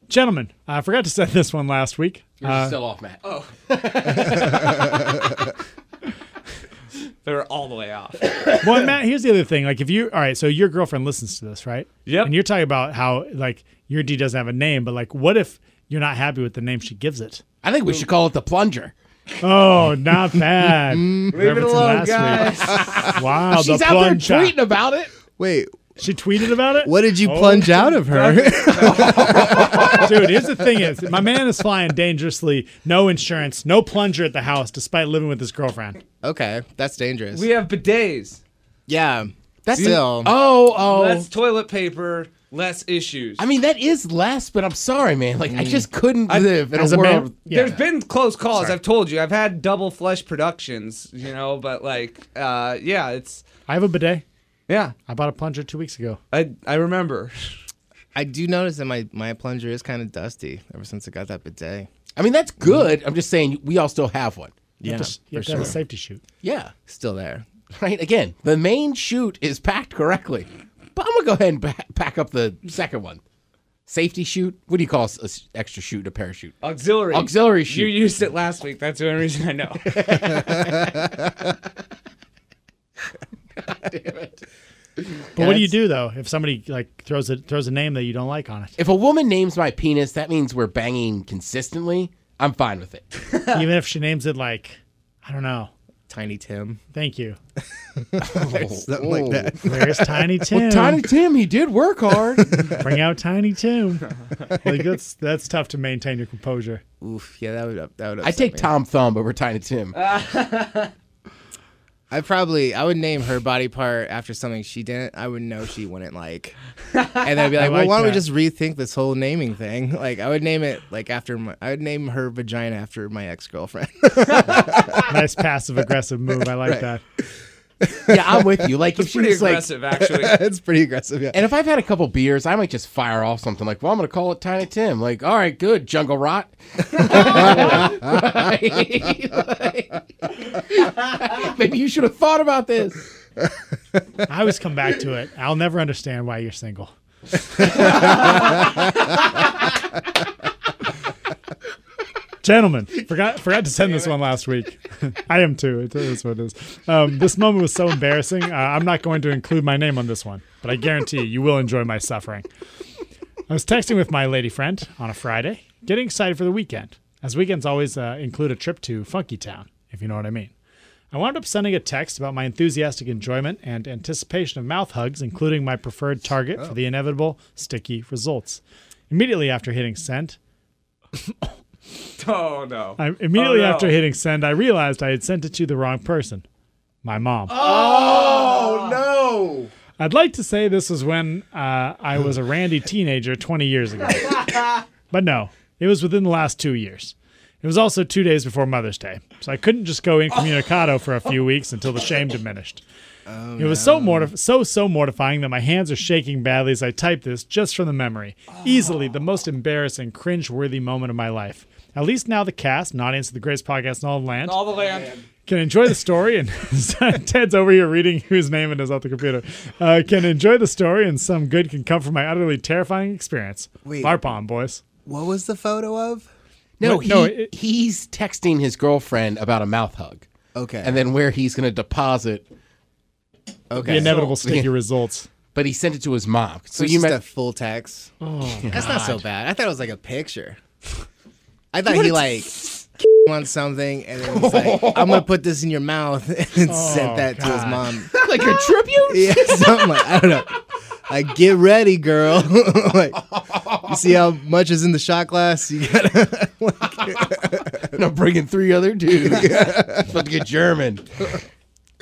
gentlemen, I forgot to send this one last week. Uh, still off, Matt. They were all the way off. well, and Matt, here's the other thing. Like, if you, all right, so your girlfriend listens to this, right? Yep. And you're talking about how, like, your D doesn't have a name, but, like, what if you're not happy with the name she gives it? I think we should call it the plunger. Oh, not bad. Leave it alone, Wow. Oh, the She's out there plunge out. tweeting about it. Wait, She tweeted about it? Oh, what did you plunge out of her? Dude, here's the thing is, my man is flying dangerously, no insurance, no plunger at the house, despite living with his girlfriend. okay, that's dangerous. We have bidets. yeah, that's still. Oh, oh. Less toilet paper. Less issues. I mean, that is less, but I'm sorry, man. Like, I just couldn't live in Mm. As a a world. man, There's been close calls. I've told you. I've had double flush productions, you know, but like, uh, yeah, it's I have a bidet. yeah. I bought a plunger two weeks ago. I I remember. I do notice that my my plunger is kind of dusty ever since I got that bidet. I mean, that's good. I'm just saying we all still have one. You have to, you have for to have a sure. safety shoot. Yeah. Still there. Right? Again, the main shoot is packed correctly. But I'm going to go ahead and ba- pack up the second one. Safety shoot? What do you call an extra shoot in a parachute? Auxiliary. Auxiliary You shoot. used it last week. That's the only reason I know. But what do you do though if somebody like throws a throws a name that you don't like on it? if a woman names my penis, that means we're banging consistently. I'm fine with it. Even if she names it like, I don't know. Tiny Tim. Thank you. Something like that. There's Tiny Tim. Tiny Tim, he did work hard. Bring out Tiny Tim. like that's that's tough to maintain your composure. Oof. Yeah, that would up- that would. I upset take me. Tom Thumb over Tiny Tim. I probably I would name her body part after something she didn't. I would know she wouldn't like, and I'd be like, well, like why that. don't we just rethink this whole naming thing? Like, I would name it like after my, I would name her vagina after my ex girlfriend. Nice passive aggressive move. I like that. yeah, I'm with you. Like if It's she pretty was like, aggressive, actually. it's pretty aggressive. Yeah. and if I've had a couple beers, I might just fire off something like, "Well, I'm gonna call it Tiny Tim." Like, all right, good, Jungle Rot. Like, maybe you should have thought about this. I always come back to it. I'll never understand why you're single. Gentlemen, forgot forgot to send this one last week. I am too. It is what it is. Um, this moment was so embarrassing. Uh, I'm not going to include my name on this one, but I guarantee you, you will enjoy my suffering. I was texting with my lady friend on a Friday, getting excited for the weekend, as weekends always uh, include a trip to Funky Town, if you know what I mean. I wound up sending a text about my enthusiastic enjoyment and anticipation of mouth hugs, including my preferred target for the inevitable sticky results. Immediately after hitting send, oh no. I, immediately Oh, no. after hitting send, I realized I had sent it to the wrong person, my mom. Oh, No. I'd like to say this was when uh, I was a randy teenager 20 years ago. but no, it was within the last two years. It was also two days before Mother's Day, so I couldn't just go incommunicado for a few weeks until the shame diminished. it was so mortif- so so mortifying that my hands are shaking badly as I type this just from the memory. Easily the most embarrassing, cringe-worthy moment of my life. At least now the cast and audience of the greatest podcast in all the land All the land. can enjoy the story and Ted's over here reading his name and is at the computer. Uh, can enjoy the story and some good can come from my utterly terrifying experience. Wait. Larpon boys. What was the photo of? No, Wait, he, no, it- he's texting his girlfriend about a mouth hug. Okay. And then where he's going to deposit, Okay. The inevitable sticky results. but he sent it to his mom. So So you you meant met a full text. That's not so bad. I thought it was like a picture. I thought What he a- like on something and then he's like, I'm gonna put this in your mouth and sent that to his mom. like a tribute? Yeah, something like I don't know. Like get ready, girl. like, you see how much is in the shot glass? You gotta And I'm bringing three other dudes. about to get German.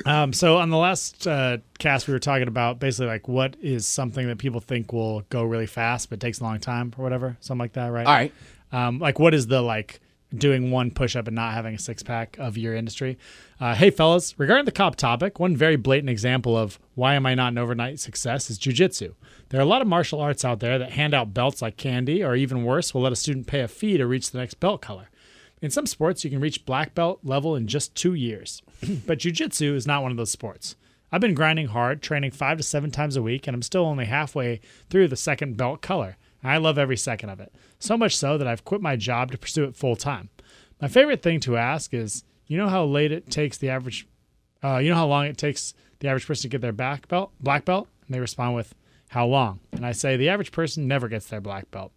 Um, so on the last uh, cast, we were talking about basically like what is something that people think will go really fast but takes a long time or whatever, something like that, right? All right. Um, like what is the like doing one push up and not having a six pack of your industry? Uh, hey fellas, regarding the cop topic, one very blatant example of why am I not an overnight success is jujitsu. There are a lot of martial arts out there that hand out belts like candy, or even worse, will let a student pay a fee to reach the next belt color. In some sports, you can reach black belt level in just two years, but jujitsu is not one of those sports. I've been grinding hard, training five to seven times a week, and I'm still only halfway through the second belt color. I love every second of it, so much so that I've quit my job to pursue it full time. My favorite thing to ask is, you know how late it takes the average, uh, you know how long it takes the average person to get their back belt, black belt, and they respond with, how long? And I say the average person never gets their black belt.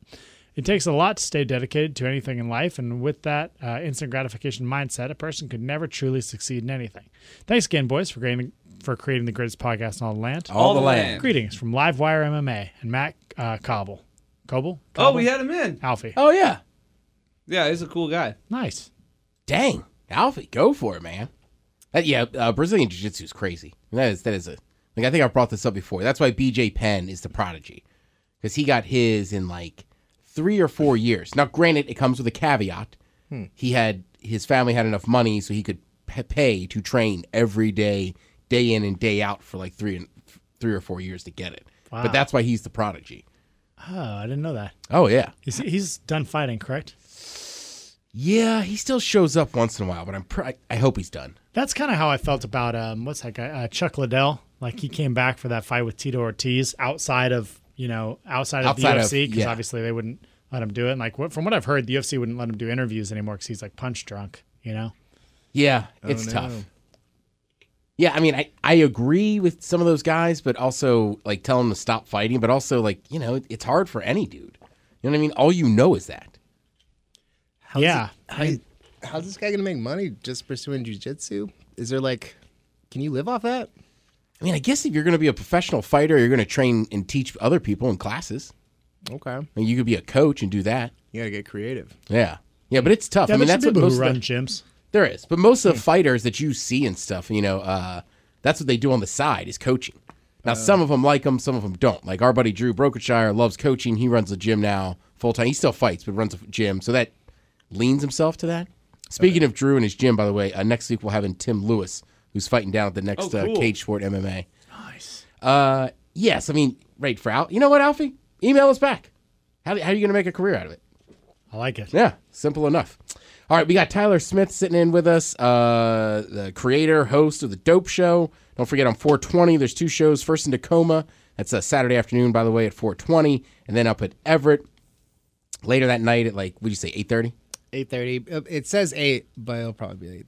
It takes a lot to stay dedicated to anything in life, and with that uh, instant gratification mindset, a person could never truly succeed in anything. Thanks again, boys, for creating for creating the greatest podcast in all the land. All the land. Greetings from Livewire MMA and Matt uh, Cobble. Cobble? Oh, we had him in. Alfie. Oh, yeah. Yeah, he's a cool guy. Nice. Dang. Alfie, go for it, man. That- yeah, uh, Brazilian Jiu Jitsu is crazy. That is, that is a, like, I think I brought this up before. That's why BJ Penn is the prodigy because he got his in like three or four years. Now, granted, it comes with a caveat. He had, his family had enough money so he could p- pay to train every day, day in and day out for like three and three or four years to get it. Wow. But that's why he's the prodigy. Oh, I didn't know that. Oh, yeah. He's, he's done fighting, correct? Yeah, he still shows up once in a while, but I'm pr- I- I hope he's done. That's kind of how I felt about um, what's that guy? Uh, Chuck Liddell. Like he came back for that fight with Tito Ortiz outside of you know outside of Outside the of- UFC because yeah. obviously they wouldn't let him do it. And like what, from what I've heard, the UFC wouldn't let him do interviews anymore because he's like punch drunk. You know. Yeah, Oh, it's tough. Yeah, I mean, I, I agree with some of those guys, but also like tell them to stop fighting, but also like you know it, it's hard for any dude. You know what I mean? All you know is that. How's yeah. it- how- how's this guy gonna make money just pursuing jujitsu? Is there like, can you live off that? I mean, I guess if you're going to be a professional fighter, you're going to train and teach other people in classes. Okay, I mean, you could be a coach and do that. you gotta get creative. Yeah, yeah, but it's tough. Yeah, I mean, that's what people most who of run the- gyms. there is, but most of the fighters that you see and stuff, you know, uh, that's what they do on the side is coaching. Now, some of them like them, some of them don't. Like our buddy Drew Brokenshire loves coaching. He runs a gym now full time. He still fights, but runs a gym, so that leans himself to that. Speaking of Drew and his gym, by the way, uh, next week we'll have in Tim Lewis, who's fighting down at the next uh, Cage Sport MMA. Uh, yes, I mean, right for Al. You know what, Alfie? Email us back. How, how are you going to make a career out of it? I like it. Yeah, simple enough. All right, we got Tyler Smith sitting in with us, uh, the creator, host of the Dope Show. Don't forget on 420, there's two shows. First in Tacoma, that's a Saturday afternoon, by the way, at 420, and then up at Everett later that night at like, what would you say, 8:30? Eight thirty. Uh, It says eight, but it'll probably be eight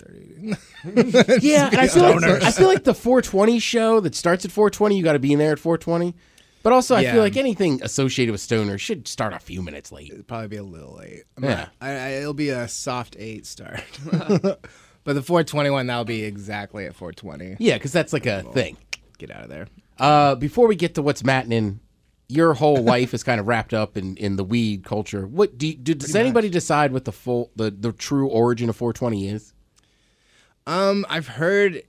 thirty. Yeah, and I feel, like, I feel like the 420 show that starts at 420, you got to be in there at 420. But also, I Yeah. feel like anything associated with Stoner should start a few minutes late. It'd probably be a little late. I'm Yeah. not- I, I, it'll be a soft eight start. but the 421, that'll be exactly at 420. Yeah, because that's like a thing. Get out of there. Uh, before we get to what's mattening, your whole life is kind of wrapped up in, in the weed culture. What do you, do, does anybody decide what the full the, the true origin of 420 is? Um, I've heard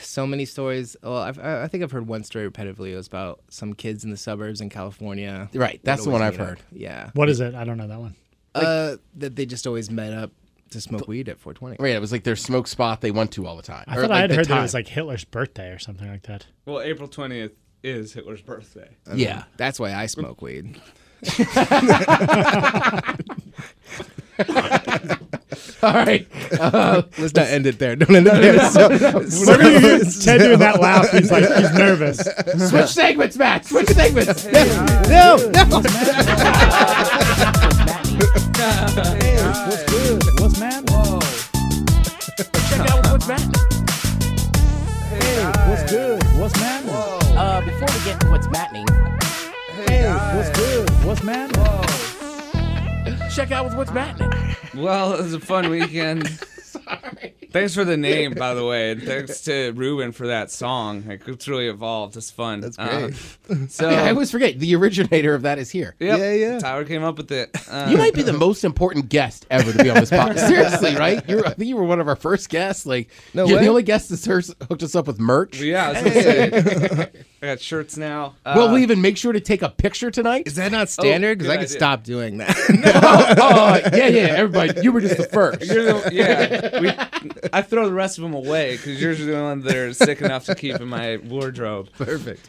so many stories. Well, I've, I I think I've heard one story repetitively. It was about some kids in the suburbs in California. Right, that's would the one always I've meet heard. up. Yeah. What is it? I don't know that one. uh, that they just always met up to smoke weed at 420. Right, it was like their smoke spot they went to all the time. I Or, thought I like, had the heard that time. it was like Hitler's birthday or something like that. Well, April 20th is Hitler's birthday. yeah. That's why I smoke weed. All right, Let's not end it there. Don't end it there. Whenever you hear Ted doing that laugh, he's like he's nervous. switch segments, Matt. Switch segments. no, no. What's mad? Check out what's matting. What's good? What's mad? Uh, before we get to what's matting, What's good? What's mad? check out with what's matting. Well, it was a fun weekend. Thanks for the name, by the way, and thanks to Ruben for that song. Like, it's really evolved. It's fun. That's great. so I always forget the originator of that is here. yep, Yeah, yeah. Tyler came up with it. Uh, You might be the most important guest ever to be on this podcast. Seriously, right? You're, I think you were one of our first guests. Like, No you're way. the only guest that's hers- hooked us up with merch. yeah, I, was gonna say, I got shirts now. Uh, Will we even make sure to take a picture tonight? Is that not standard? Because Oh, good I could idea. stop doing that. oh, yeah, yeah, everybody. You were just the first. You're the, yeah, we, I throw the rest of them away because yours are the one that are sick enough to keep in my wardrobe. Perfect.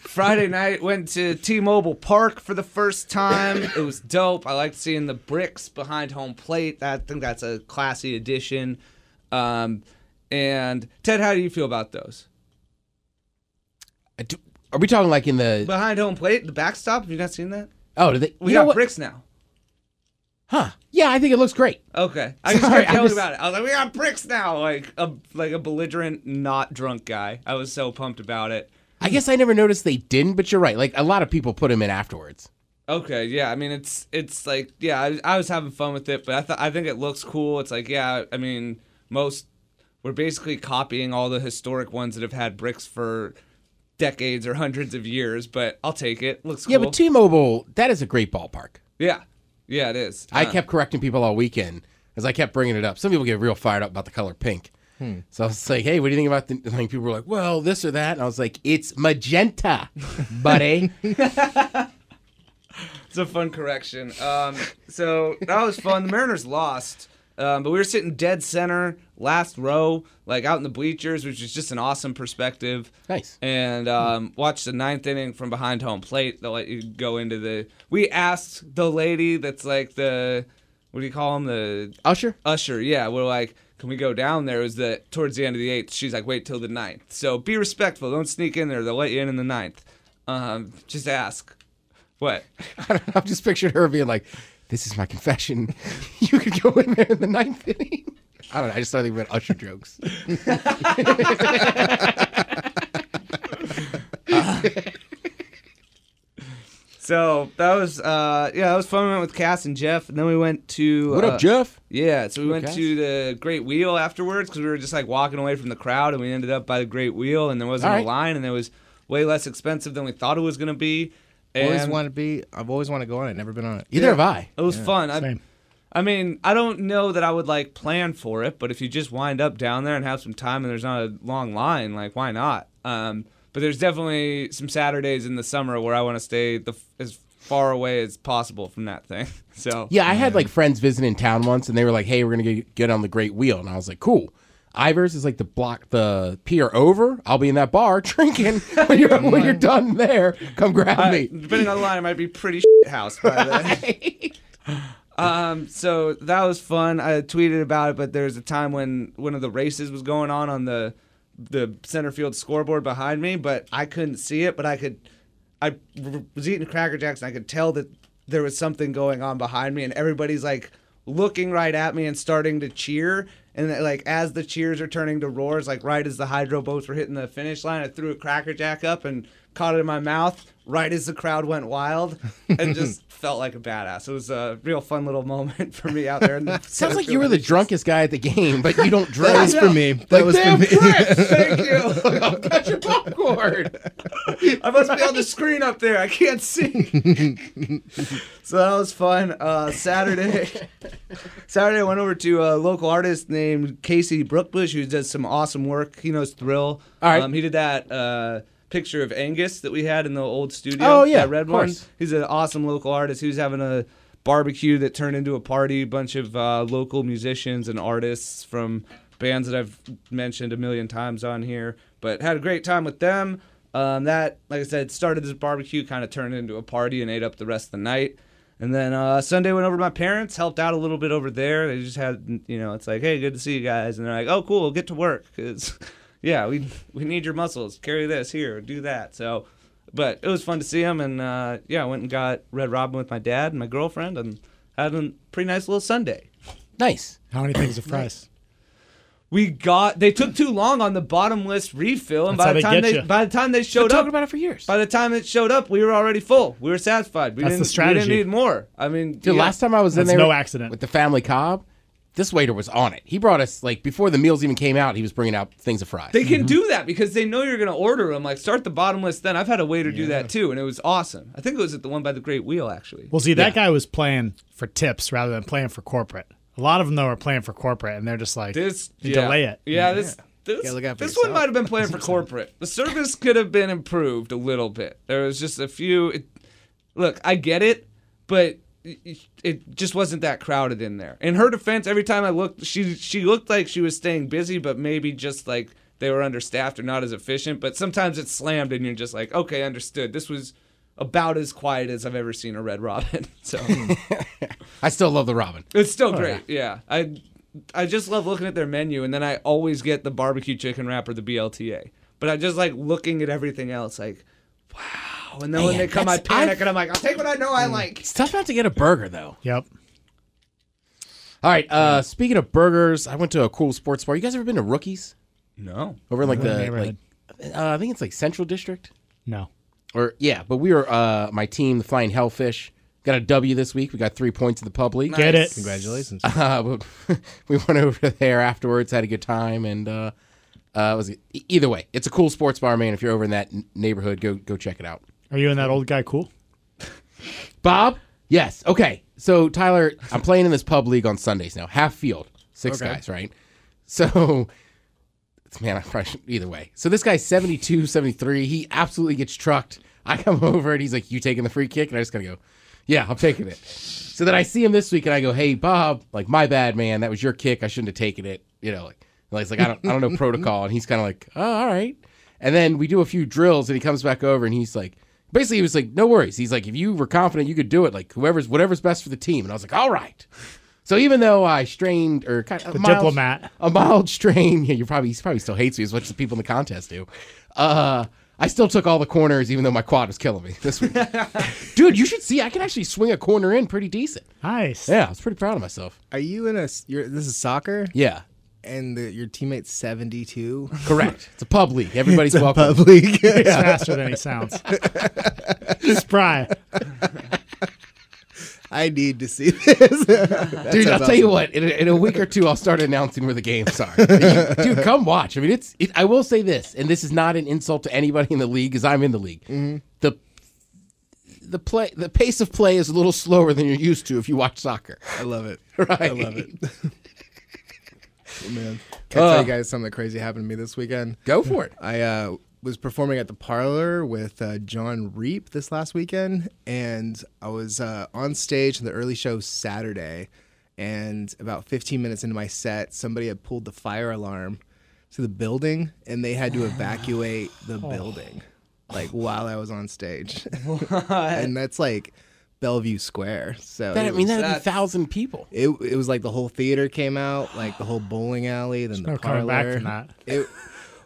Friday night went to T-Mobile Park for the first time. It was dope. I liked seeing the bricks behind home plate. I think that's a classy addition. Um, and Ted, how do you feel about those I do- Are we talking like in the. behind home plate? The backstop. Have you not seen that? Oh, did they. We you know got what? bricks now. Huh. Yeah, I think it looks great. Okay, I just Sorry, kept I'm yelling just- about it. I was like, "We got bricks now!" Like a like a belligerent, not drunk guy. I was so pumped about it. I guess I never noticed they didn't, but you're right. Like, a lot of people put them in afterwards. Okay, yeah. I mean, it's it's like yeah, I, I was having fun with it, but I th- I think it looks cool. It's like yeah, I mean, most we're basically copying all the historic ones that have had bricks for decades or hundreds of years, but I'll take it. Looks cool. Yeah, but T Mobile, that is a great ballpark. yeah, yeah, it is. I Uh, kept correcting people all weekend as I kept bringing it up. Some people get real fired up about the color pink. Hmm. So I was like, "Hey, what do you think about the?" Like people were like, "Well, this or that," and I was like, "It's magenta, buddy." It's a fun correction. Um, so that was fun. The Mariners lost, um, but we were sitting dead center, last row, like out in the bleachers, which is just an awesome perspective. Nice. And um, watched the ninth inning from behind home plate. They'll let you go into the. We asked the lady that's like the what do you call him? The Usher? Usher, yeah, we're like, can we go down there? It was that towards the end of the eighth, she's like, wait till the ninth. So be respectful. Don't sneak in there. They'll let you in in the ninth. Um, just ask. What? I've just pictured her being like, "This is my confession. You could go in there in the ninth inning." I don't know. I just started thinking about Usher jokes. So that was, uh, yeah, that was fun. We went with Cass and Jeff, and then we went to. What uh, up, Jeff? Yeah, so we went Cass. to the Great Wheel afterwards because we were just like walking away from the crowd, and we ended up by the Great Wheel, and there wasn't All a right. line, and it was way less expensive than we thought it was going to be. I always and- want to be. I've always wanted to go on it. Never been on it. Either have I. It was fun. same. I, I mean, I don't know that I would like plan for it, but if you just wind up down there and have some time and there's not a long line, like why not? Um, but there's definitely some Saturdays in the summer where I want to stay the f- as far away as possible from that thing. So Yeah, I had like friends visiting town once, and they were like, "Hey, we're gonna get, get on the Great Wheel," and I was like, "Cool." Ivers is like the block, the pier over. I'll be in that bar drinking when you're when you're done there. Come grab I, me. depending on the line, it might be pretty shit house by then. um, so that was fun. I tweeted about it, but there was a time when one of the races was going on on the the center field scoreboard behind me, but I couldn't see it, but I could. I was eating Cracker Jacks and I could tell that there was something going on behind me, and everybody's like looking right at me and starting to cheer. And then, like as the cheers are turning to roars, like right as the hydro boats were hitting the finish line, I threw a Cracker Jack up and caught it in my mouth. Right as the crowd went wild, and just felt like a badass. It was a real fun little moment for me out there. in the Sounds like you were the drunkest guy at the game, but you don't drink. That was for me. That Like, was for damn me. Chris, Thank you. got your popcorn. I must be on the screen up there. I can't see. so that was fun. Uh, Saturday, Saturday, I went over to a local artist named Casey Brookbush, who does some awesome work. He knows Thrill. All right. Um, he did that uh, picture of Angus that we had in the old studio. Oh, yeah, that red of one. course. He's an awesome local artist. He was having a barbecue that turned into a party. A bunch of uh, local musicians and artists from bands that I've mentioned a million times on here, but had a great time with them. Um, that, like I said, started as a barbecue, kind of turned into a party and ate up the rest of the night. And then uh, Sunday went over to my parents, helped out a little bit over there. They just had, you know, it's like, hey, good to see you guys, and they're like, oh, cool, get to work, 'cause, yeah, we we need your muscles. Carry this here, do that. So but it was fun to see him and uh, yeah i went and got red robin with my dad and my girlfriend and had a pretty nice little sunday Nice. How many things of fries? we got they took too long on the bottomless refill and That's how by the they time get they ya. by the time they showed up Talking about it for years. by the time it showed up we were already full we were satisfied we That's the didn't we strategy. didn't need more i mean Dude, yeah. last time I was in That's there, no accident. with the family cob. This waiter was on it. He brought us like before the meals even came out. He was bringing out things of fries. they Mm-hmm. can do that because they know you're going to order them like start the bottomless then i've had a waiter do that too and it was awesome i think it was at the one by the great wheel actually Well, see, that guy was playing for tips rather than playing for corporate. A lot of them though are playing for corporate, and they're just like This "You yeah. delay it. Yeah, this this, Gotta look out for this one yourself. might have been playing for corporate. The service could have been improved a little bit. There was just a few. It, look, I get it, but it, it just wasn't that crowded in there. In her defense, every time I looked, she she looked like she was staying busy, but maybe just like they were understaffed or not as efficient. But sometimes it's slammed, and you're just like, okay, understood. This was about as quiet as I've ever seen a Red Robin. So. Hmm. I still love the Robin. It's still great. Yeah. I I just love looking at their menu and then I always get the barbecue chicken wrap or the BLTA. But I just like looking at everything else like wow. And then when Man, they come I that's- panic I've- Mm. and I'm like, I'll take what I know I like. It's tough not to get a burger though. Yep. All right. Uh, speaking of burgers, I went to a cool sports bar. You guys ever been to Rookies No. over in like the neighborhood. like? Uh, I think it's like Central District. No. Or yeah, but we were uh, my team, the Flying Hellfish, got a W this week. We got three points in the pub league. Get it. Congratulations. Uh, but we went over there afterwards, had a good time, and uh, uh, it was e- either way, it's a cool sports bar, man. If you're over in that n- neighborhood, go go check it out. Are you and that old guy cool? Bob, yes, okay. So Tyler, I'm playing in this pub league on Sundays now, half field, six guys, right? So. Man, I probably should, either way. So this guy's 72, 73. He absolutely gets trucked. I come over and he's like, You taking the free kick? And I just kind of go, Yeah, I'm taking it. So then I see him this week and I go, Hey, Bob, like, my bad, man. That was your kick. I shouldn't have taken it. You know, like, and he's like, I don't, I don't know protocol. And he's kind of like, Oh, all right. And then we do a few drills and he comes back over and he's like, Basically, he was like, No worries. He's like, If you were confident you could do it, like, whoever's, whatever's best for the team. And I was like, All right. So even though I strained or kind of The diplomat. a mild strain, yeah, you probably he probably still hates me as much as the people in the contest do. Uh, I still took all the corners, even though my quad was killing me this week. Dude, you should see I can actually swing a corner in pretty decent. Nice. Yeah, I was pretty proud of myself. Are you in a? s- You're, this is soccer, Yeah, and the, your teammate's seventy-two. correct. It's a pub league. Everybody's welcome. Pub league. It's faster than he sounds. Spry. I need to see this. Dude, I'll tell you what. In a, in a week or two, I'll start announcing where the games are. Dude, come watch. I mean, it's. It, I will say this, and this is not an insult to anybody in the league, because I'm in the league. The the play, the pace of play is a little slower than you're used to if you watch soccer. I love it. I Right. love it. Oh, Man, can I Uh. tell you guys something crazy happened to me this weekend? Go for it. I uh, was performing at the parlor with uh, John Reap this last weekend, and I was uh, on stage in the early show Saturday. And about 15 minutes into my set, somebody had pulled the fire alarm to the building, and they had to evacuate the building, like while I was on stage. and that's like Bellevue Square. So That, I it mean, was- that'd be that's- thousand people. it, it was like the whole theater came out, like the whole bowling alley, then the no parlor. coming back from that. It,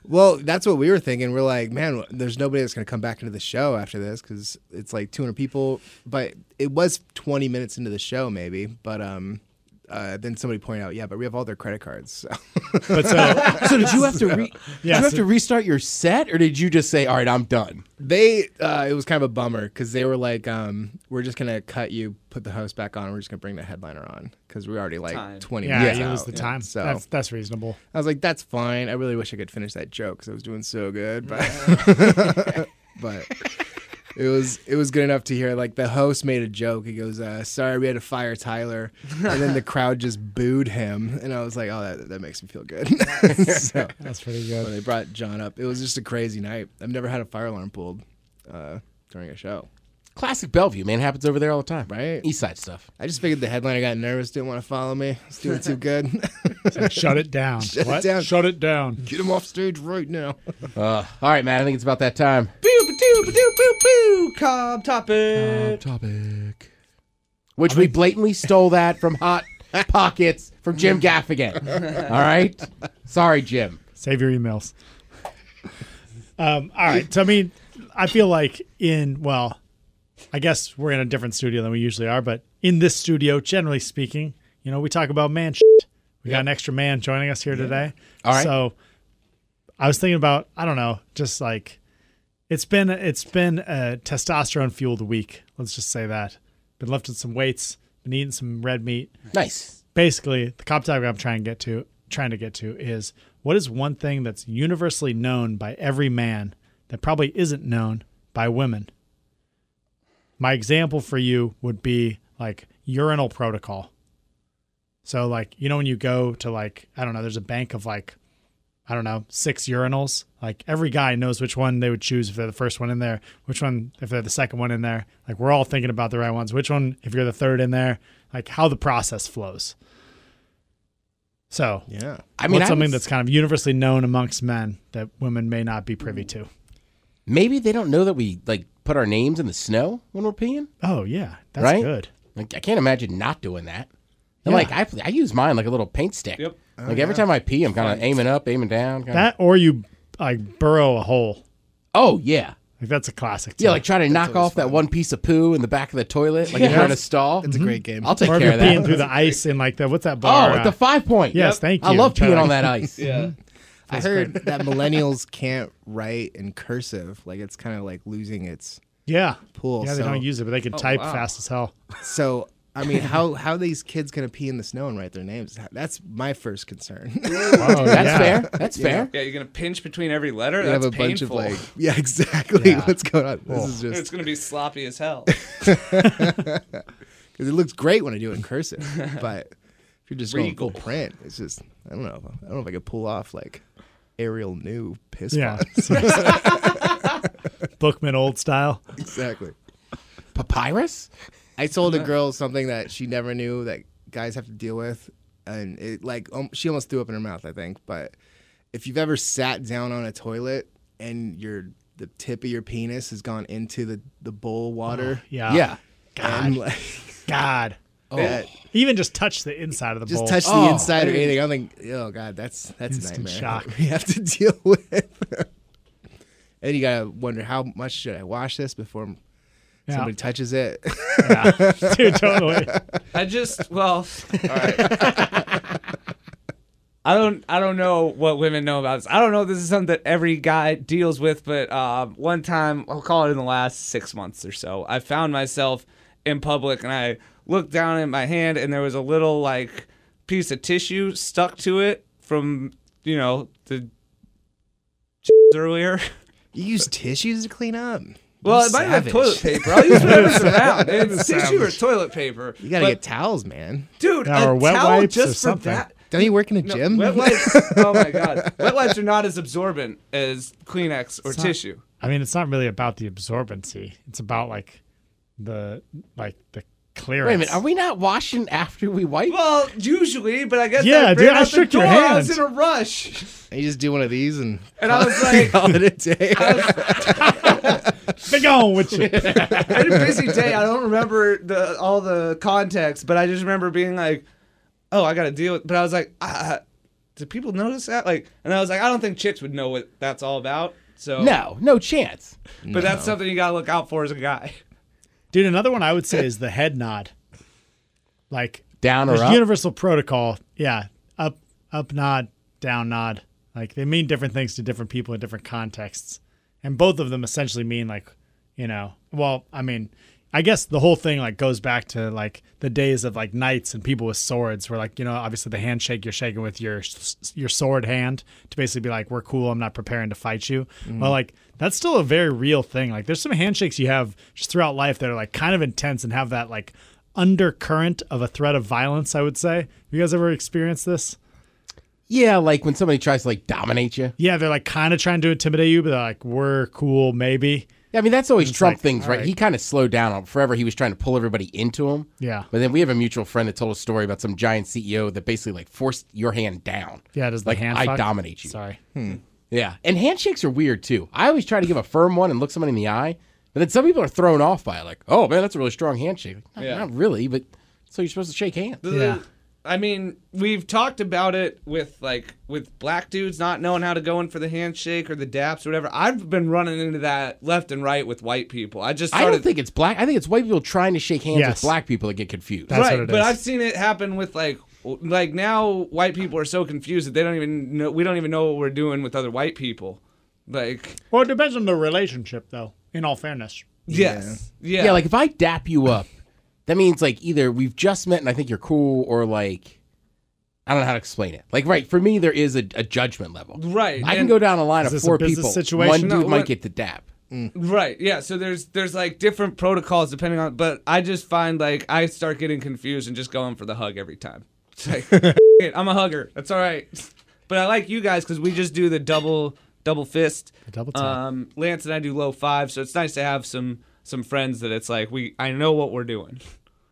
well, that's what we were thinking. We're like, man, there's nobody that's going to come back into the show after this because it's like 200 people. But it was 20 minutes into the show, maybe. But um, uh, then somebody pointed out, yeah, but we have all their credit cards. So. But so So did you have to re- did you Yeah, have so- to restart your set, or did you just say, "All right, I'm done"? they, uh, it was kind of a bummer because they were like, um, we're just going to cut you, put the host back on. We're just going to bring the headliner on because we're already like Time. 20 yeah, minutes. you out. lose the Yeah. time. So That's that's reasonable. I was like, that's fine. I really wish I could finish that joke because I was doing so good, but but it was it was good enough to hear. Like the host made a joke. He goes, uh, "Sorry, we had to fire Tyler," and then the crowd just booed him, and I was like, "Oh, that that makes me feel good." so That's pretty when good. they brought John up, it was just a crazy night. I've never had a fire alarm pulled uh, during a show. Classic Bellevue, man, happens over there all the time. Right. East Side stuff. I just figured the headliner got nervous, didn't want to follow me. I was doing too good. Shut it down. Shut it down. Shut it down. Get him off stage right now. Uh, all right, man. I think it's about that time. Boop, doop, doop, boop, boop. Cobb topic. topic. Which we blatantly stole that from Hot Pockets from Jim Gaffigan. All right? Sorry, Jim. Save your emails. Um, all right. So I mean, I feel like in well, I guess we're in a different studio than we usually are, but in this studio, generally speaking, you know, we talk about man shit. We got an extra man joining us here today. All right. So I was thinking about I don't know, just like it's been it's been a testosterone fueled week. Let's just say that. Been lifting some weights, been eating some red meat. Nice. basically the cop topic I'm trying to get to trying to get to is what is one thing that's universally known by every man that probably isn't known by women? My example for you would be like urinal protocol. So like you know when you go to like I don't know there's a bank of like I don't know six urinals like every guy knows which one they would choose if they're the first one in there which one if they're the second one in there like we're all thinking about the right ones which one if you're the third in there like how the process flows. So Yeah. I mean, what's I something would- that's kind of universally known amongst men that women may not be privy to. maybe they don't know that we like put our names in the snow when we're peeing. Oh yeah, that's Right? good. Like, I can't imagine not doing that. And, Yeah. Oh, Like I, I use mine like a little paint stick. Yep. Like every time I pee, I'm kind of aiming up, aiming down. Kinda, That or you like burrow a hole. oh yeah, Like that's a classic. Too. yeah. Like trying to knock off that one piece of poo in the back of the toilet. Like you're trying to stall. Mm-hmm. It's a great game. I'll take or if care you're of peeing that. through the ice and like the what's that Oh, bar? at the uh, five point. Yes, thank I you. love Try peeing to- on that ice. Yeah. I heard that millennials can't write in cursive. Like it's kind of like losing its yeah pool. yeah they so, don't use it, but they Oh, can type wow. fast as hell. so I mean, how how are these kids gonna pee in the snow and write their names? That's my first concern. Oh, That's yeah. fair. That's fair. Yeah, you're gonna pinch between every letter. I That's have a bunch of painful. like, yeah, exactly. Yeah. What's going on? This is It's just gonna be sloppy as hell. because it looks great when I do it in cursive, but if you're just Regal. going full print, it's just I don't know. I don't know if I could pull off like Arial new piss. Yeah, font. Bookman old style. exactly. Papyrus? I told a girl something that she never knew that guys have to deal with, and it like um, she almost threw up in her mouth, I think. But if you've ever sat down on a toilet and your the tip of your penis has gone into the the bowl water, Yeah, yeah. and like God, Yeah, Even just touch the inside of the just bowl. touch Oh, the inside or anything. I'm like, oh god, that's that's a Instant nightmare. shock. that We have to deal with. and you gotta wonder how much should I wash this before Yeah. somebody touches it. Yeah. Dude, totally. I just well. I don't I don't know what women know about this. I don't know if this is something that every guy deals with, but um, one time I'll call it in the last six months or so, I found myself in public and I looked down at my hand and there was a little like piece of tissue stuck to it from you know the earlier. you use tissues to clean up. Well, You it might have been savage. toilet paper. I'll use whatever's around. It's tissue or toilet paper. You gotta But, get towels, man. dude, Yeah, a or wet towel wipes or just for something. that. Don't you work in a gym? Wet wipes. oh my god, wet wipes are not as absorbent as Kleenex or tissue. I mean, it's not really about the absorbency. It's about like the like the clearance. Wait a minute, are we not washing after we wipe? Well, usually, but I guess Yeah, I dude, ran I out the shook your door, I was hand. in a rush, And you just do one of these and and I was like, call it a day. Be gone with you. I had a busy day. I don't remember the all the context, but I just remember being like, oh, I got to deal with. But I was like, ah, do people notice that? Like, and I was like, I don't think chicks would know what that's all about. So No, no chance. but that's something you gotta look out for as a guy. Dude, another one I would say is the head nod. Like Down or there's up? universal protocol. Yeah. Up up nod, down nod. Like they mean different things to different people in different contexts. And both of them essentially mean like, you know, well, I mean, I guess the whole thing like goes back to like the days of like knights and people with swords where like, you know, obviously the handshake you're shaking with your s- your sword hand to basically be like, "We're cool, I'm not preparing to fight you." Mm-hmm. Well, like that's still a very real thing. Like there's some handshakes you have just throughout life that are like kind of intense and have that like undercurrent of a threat of violence, I would say. You guys ever experienced this? Yeah, like when somebody tries to like dominate you. Yeah, they're like kind of trying to intimidate you, but they're like, we're cool, maybe. Yeah, I mean that's always Trump like, things, all right? right. He kind of slowed down on forever. He was trying to pull everybody into him. Yeah. But then we have a mutual friend that told a story about some giant CEO that basically like forced your hand down. Yeah, does the like hand I fuck? dominate you. Sorry. Yeah. And handshakes are weird too. I always try to give a firm one and look somebody in the eye, but then some people are thrown off by it. Like, oh man, that's a really strong handshake. Like, not, Yeah. not really, but so you're supposed to shake hands. The- Yeah. I mean, we've talked about it with like with black dudes not knowing how to go in for the handshake or the daps or whatever. I've been running into that left and right with white people. I just I started don't think it's black. I think it's white people trying to shake hands Yes. with black people that get confused. That's right, what it but is. I've seen it happen with like w- like now white people are so confused that they don't even know we don't even know what we're doing with other white people. Like Well, it depends on the relationship, though, in all fairness. yes, yeah, Yeah, like if I dap you up, that means like either we've just met and I think you're cool, or like I don't know how to explain it. Like, right for me, there is a, a judgment level. Right, I can and- go down a line of Is this a four business people. situation? One dude No, might what- get the dap. right, yeah. So there's there's like different protocols depending on, but I just find like I start getting confused and just going for the hug every time. It's like "F- it, I'm a hugger. That's all right. But I like you guys because we just do the double double fist. The double tap. um, Lance and I do low five, so it's nice to have some some friends that it's like we I know what we're doing.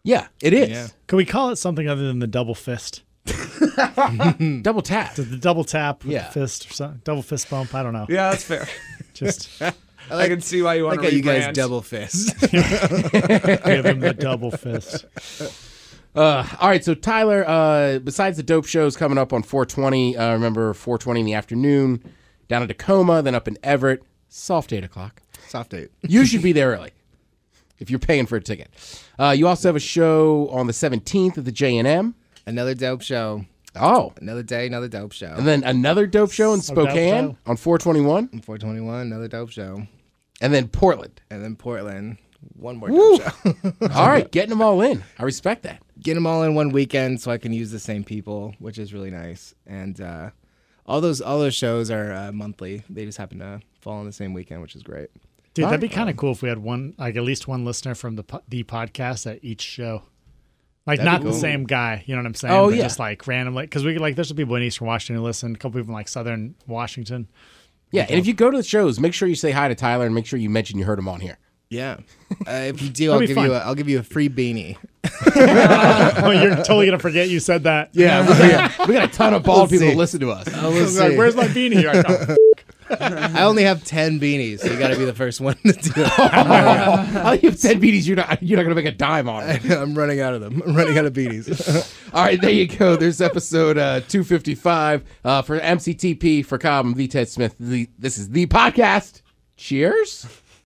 Yeah, it is Can we call it something other than the double fist? Hmm. double tap. The double tap with Yeah. the fist or something? Double fist bump? I don't know. Yeah, that's fair. Just I, can see why you want Like how to you guys rebrand. double fist. give him the double fist. Uh, all right, so Tyler, uh, besides the dope shows coming up on 420, uh, remember 420 in the afternoon, down in Tacoma, then up in Everett, soft eight o'clock. Soft date. You should be there early if you're paying for a ticket. Uh, you also have a show on the 17th at the J and M. Another dope show. Oh, Another day, another dope show. and then another dope show in dope Spokane show. on 421, 421, another dope show. and then Portland. And then Portland, one more Woo! dope show. All right, getting them all in. I respect that. Get them all in one weekend so I can use the same people, which is really nice. And uh, all those all those shows are uh, monthly. They just happen to fall on the same weekend, which is great. Dude, that'd be kind of cool if we had one, like at least one listener from the po- the podcast at each show. Like That'd be not the cool. same guy, you know what I'm saying? Oh, but yeah. Just like randomly, because we could, like there's some people in Eastern Washington who listen, a couple people in like Southern Washington. Yeah, and if you go to the shows, make sure you say hi to Tyler and make sure you mention you heard him on here. Yeah. Uh, if you do, I'll be give fun. you a, I'll give you a free beanie. oh, you're totally gonna forget you said that. Yeah, we got, we got a ton of bald We'll people see. that listen to us. We'll Like, see. where's my beanie? You're like, "Oh, I only have ten beanies, so you got to be the first one to do it. All you have ten beaties, you're not you're not gonna make a dime on it. I'm running out of them. I'm running out of beanies. All right, there you go. There's episode uh, 255 uh, for MCTP for Cobb and V Ted Smith. The, this is the podcast. Cheers.